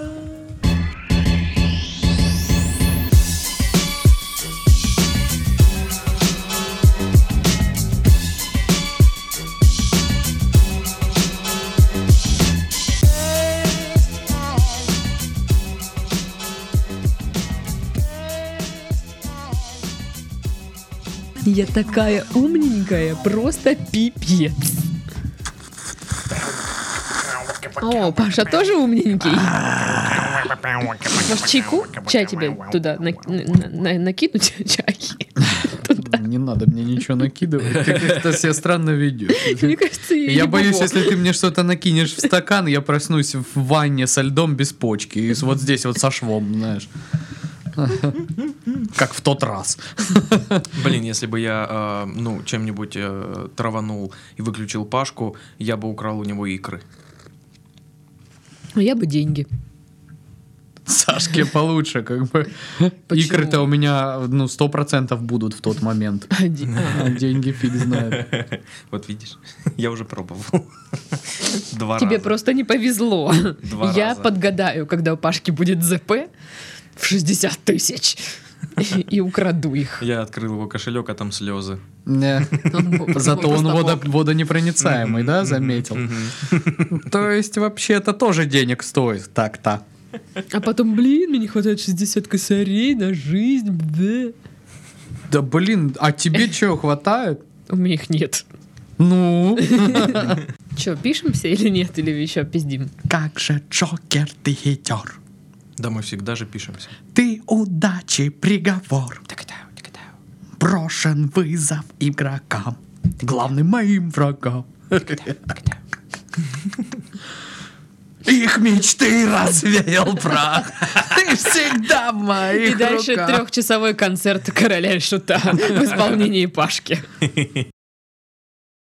Speaker 1: Я такая умненькая, просто пипец. О, Паша тоже умненький. Может, чайку? Чай тебе туда на- на- на- накинуть? Чай.
Speaker 3: Не надо мне ничего накидывать. Ты как-то себя странно
Speaker 1: Мне
Speaker 3: ведешь.
Speaker 1: кажется, я
Speaker 3: Я
Speaker 1: не
Speaker 3: боюсь,
Speaker 1: бобо.
Speaker 3: если ты мне что-то накинешь в стакан, я проснусь в ванне со льдом без почки. И с- вот здесь вот со швом, знаешь. Как в тот раз.
Speaker 2: Блин, если бы я, э, ну, чем-нибудь э, траванул и выключил Пашку, я бы украл у него икры.
Speaker 1: А Я бы деньги.
Speaker 3: Сашке получше, как бы.
Speaker 1: Почему?
Speaker 3: Икры-то у меня, ну, сто процентов будут в тот момент.
Speaker 1: А де-
Speaker 3: А Деньги фиг знает.
Speaker 2: Вот видишь, я уже пробовал. Два
Speaker 1: Тебе
Speaker 2: раза.
Speaker 1: просто не повезло.
Speaker 2: Два
Speaker 1: Я
Speaker 2: раза.
Speaker 1: подгадаю, когда у Пашки будет ЗП в 60 тысяч. И- И украду их.
Speaker 2: Я открыл его кошелек, а там слезы.
Speaker 3: Не. Зато он водо-
Speaker 1: вода
Speaker 3: водонепроницаемый, да, заметил? То есть, вообще, это тоже денег стоит. Так-то.
Speaker 1: А потом, блин, мне не хватает 60 косарей на жизнь. бэ.
Speaker 3: Да блин, а тебе чего хватает?
Speaker 1: У меня их нет.
Speaker 3: Ну,
Speaker 1: Че, пишемся или нет? Или еще пиздим?
Speaker 3: как же Джокер ты хитер.
Speaker 2: Да мы всегда же пишемся.
Speaker 3: Ты удачи приговор. Брошен вызов игрокам. Главным моим врагам. Их мечты развеял прах. Ты всегда в
Speaker 1: И
Speaker 3: моих
Speaker 1: дальше
Speaker 3: руках.
Speaker 1: трехчасовой концерт короля и шута в исполнении Пашки.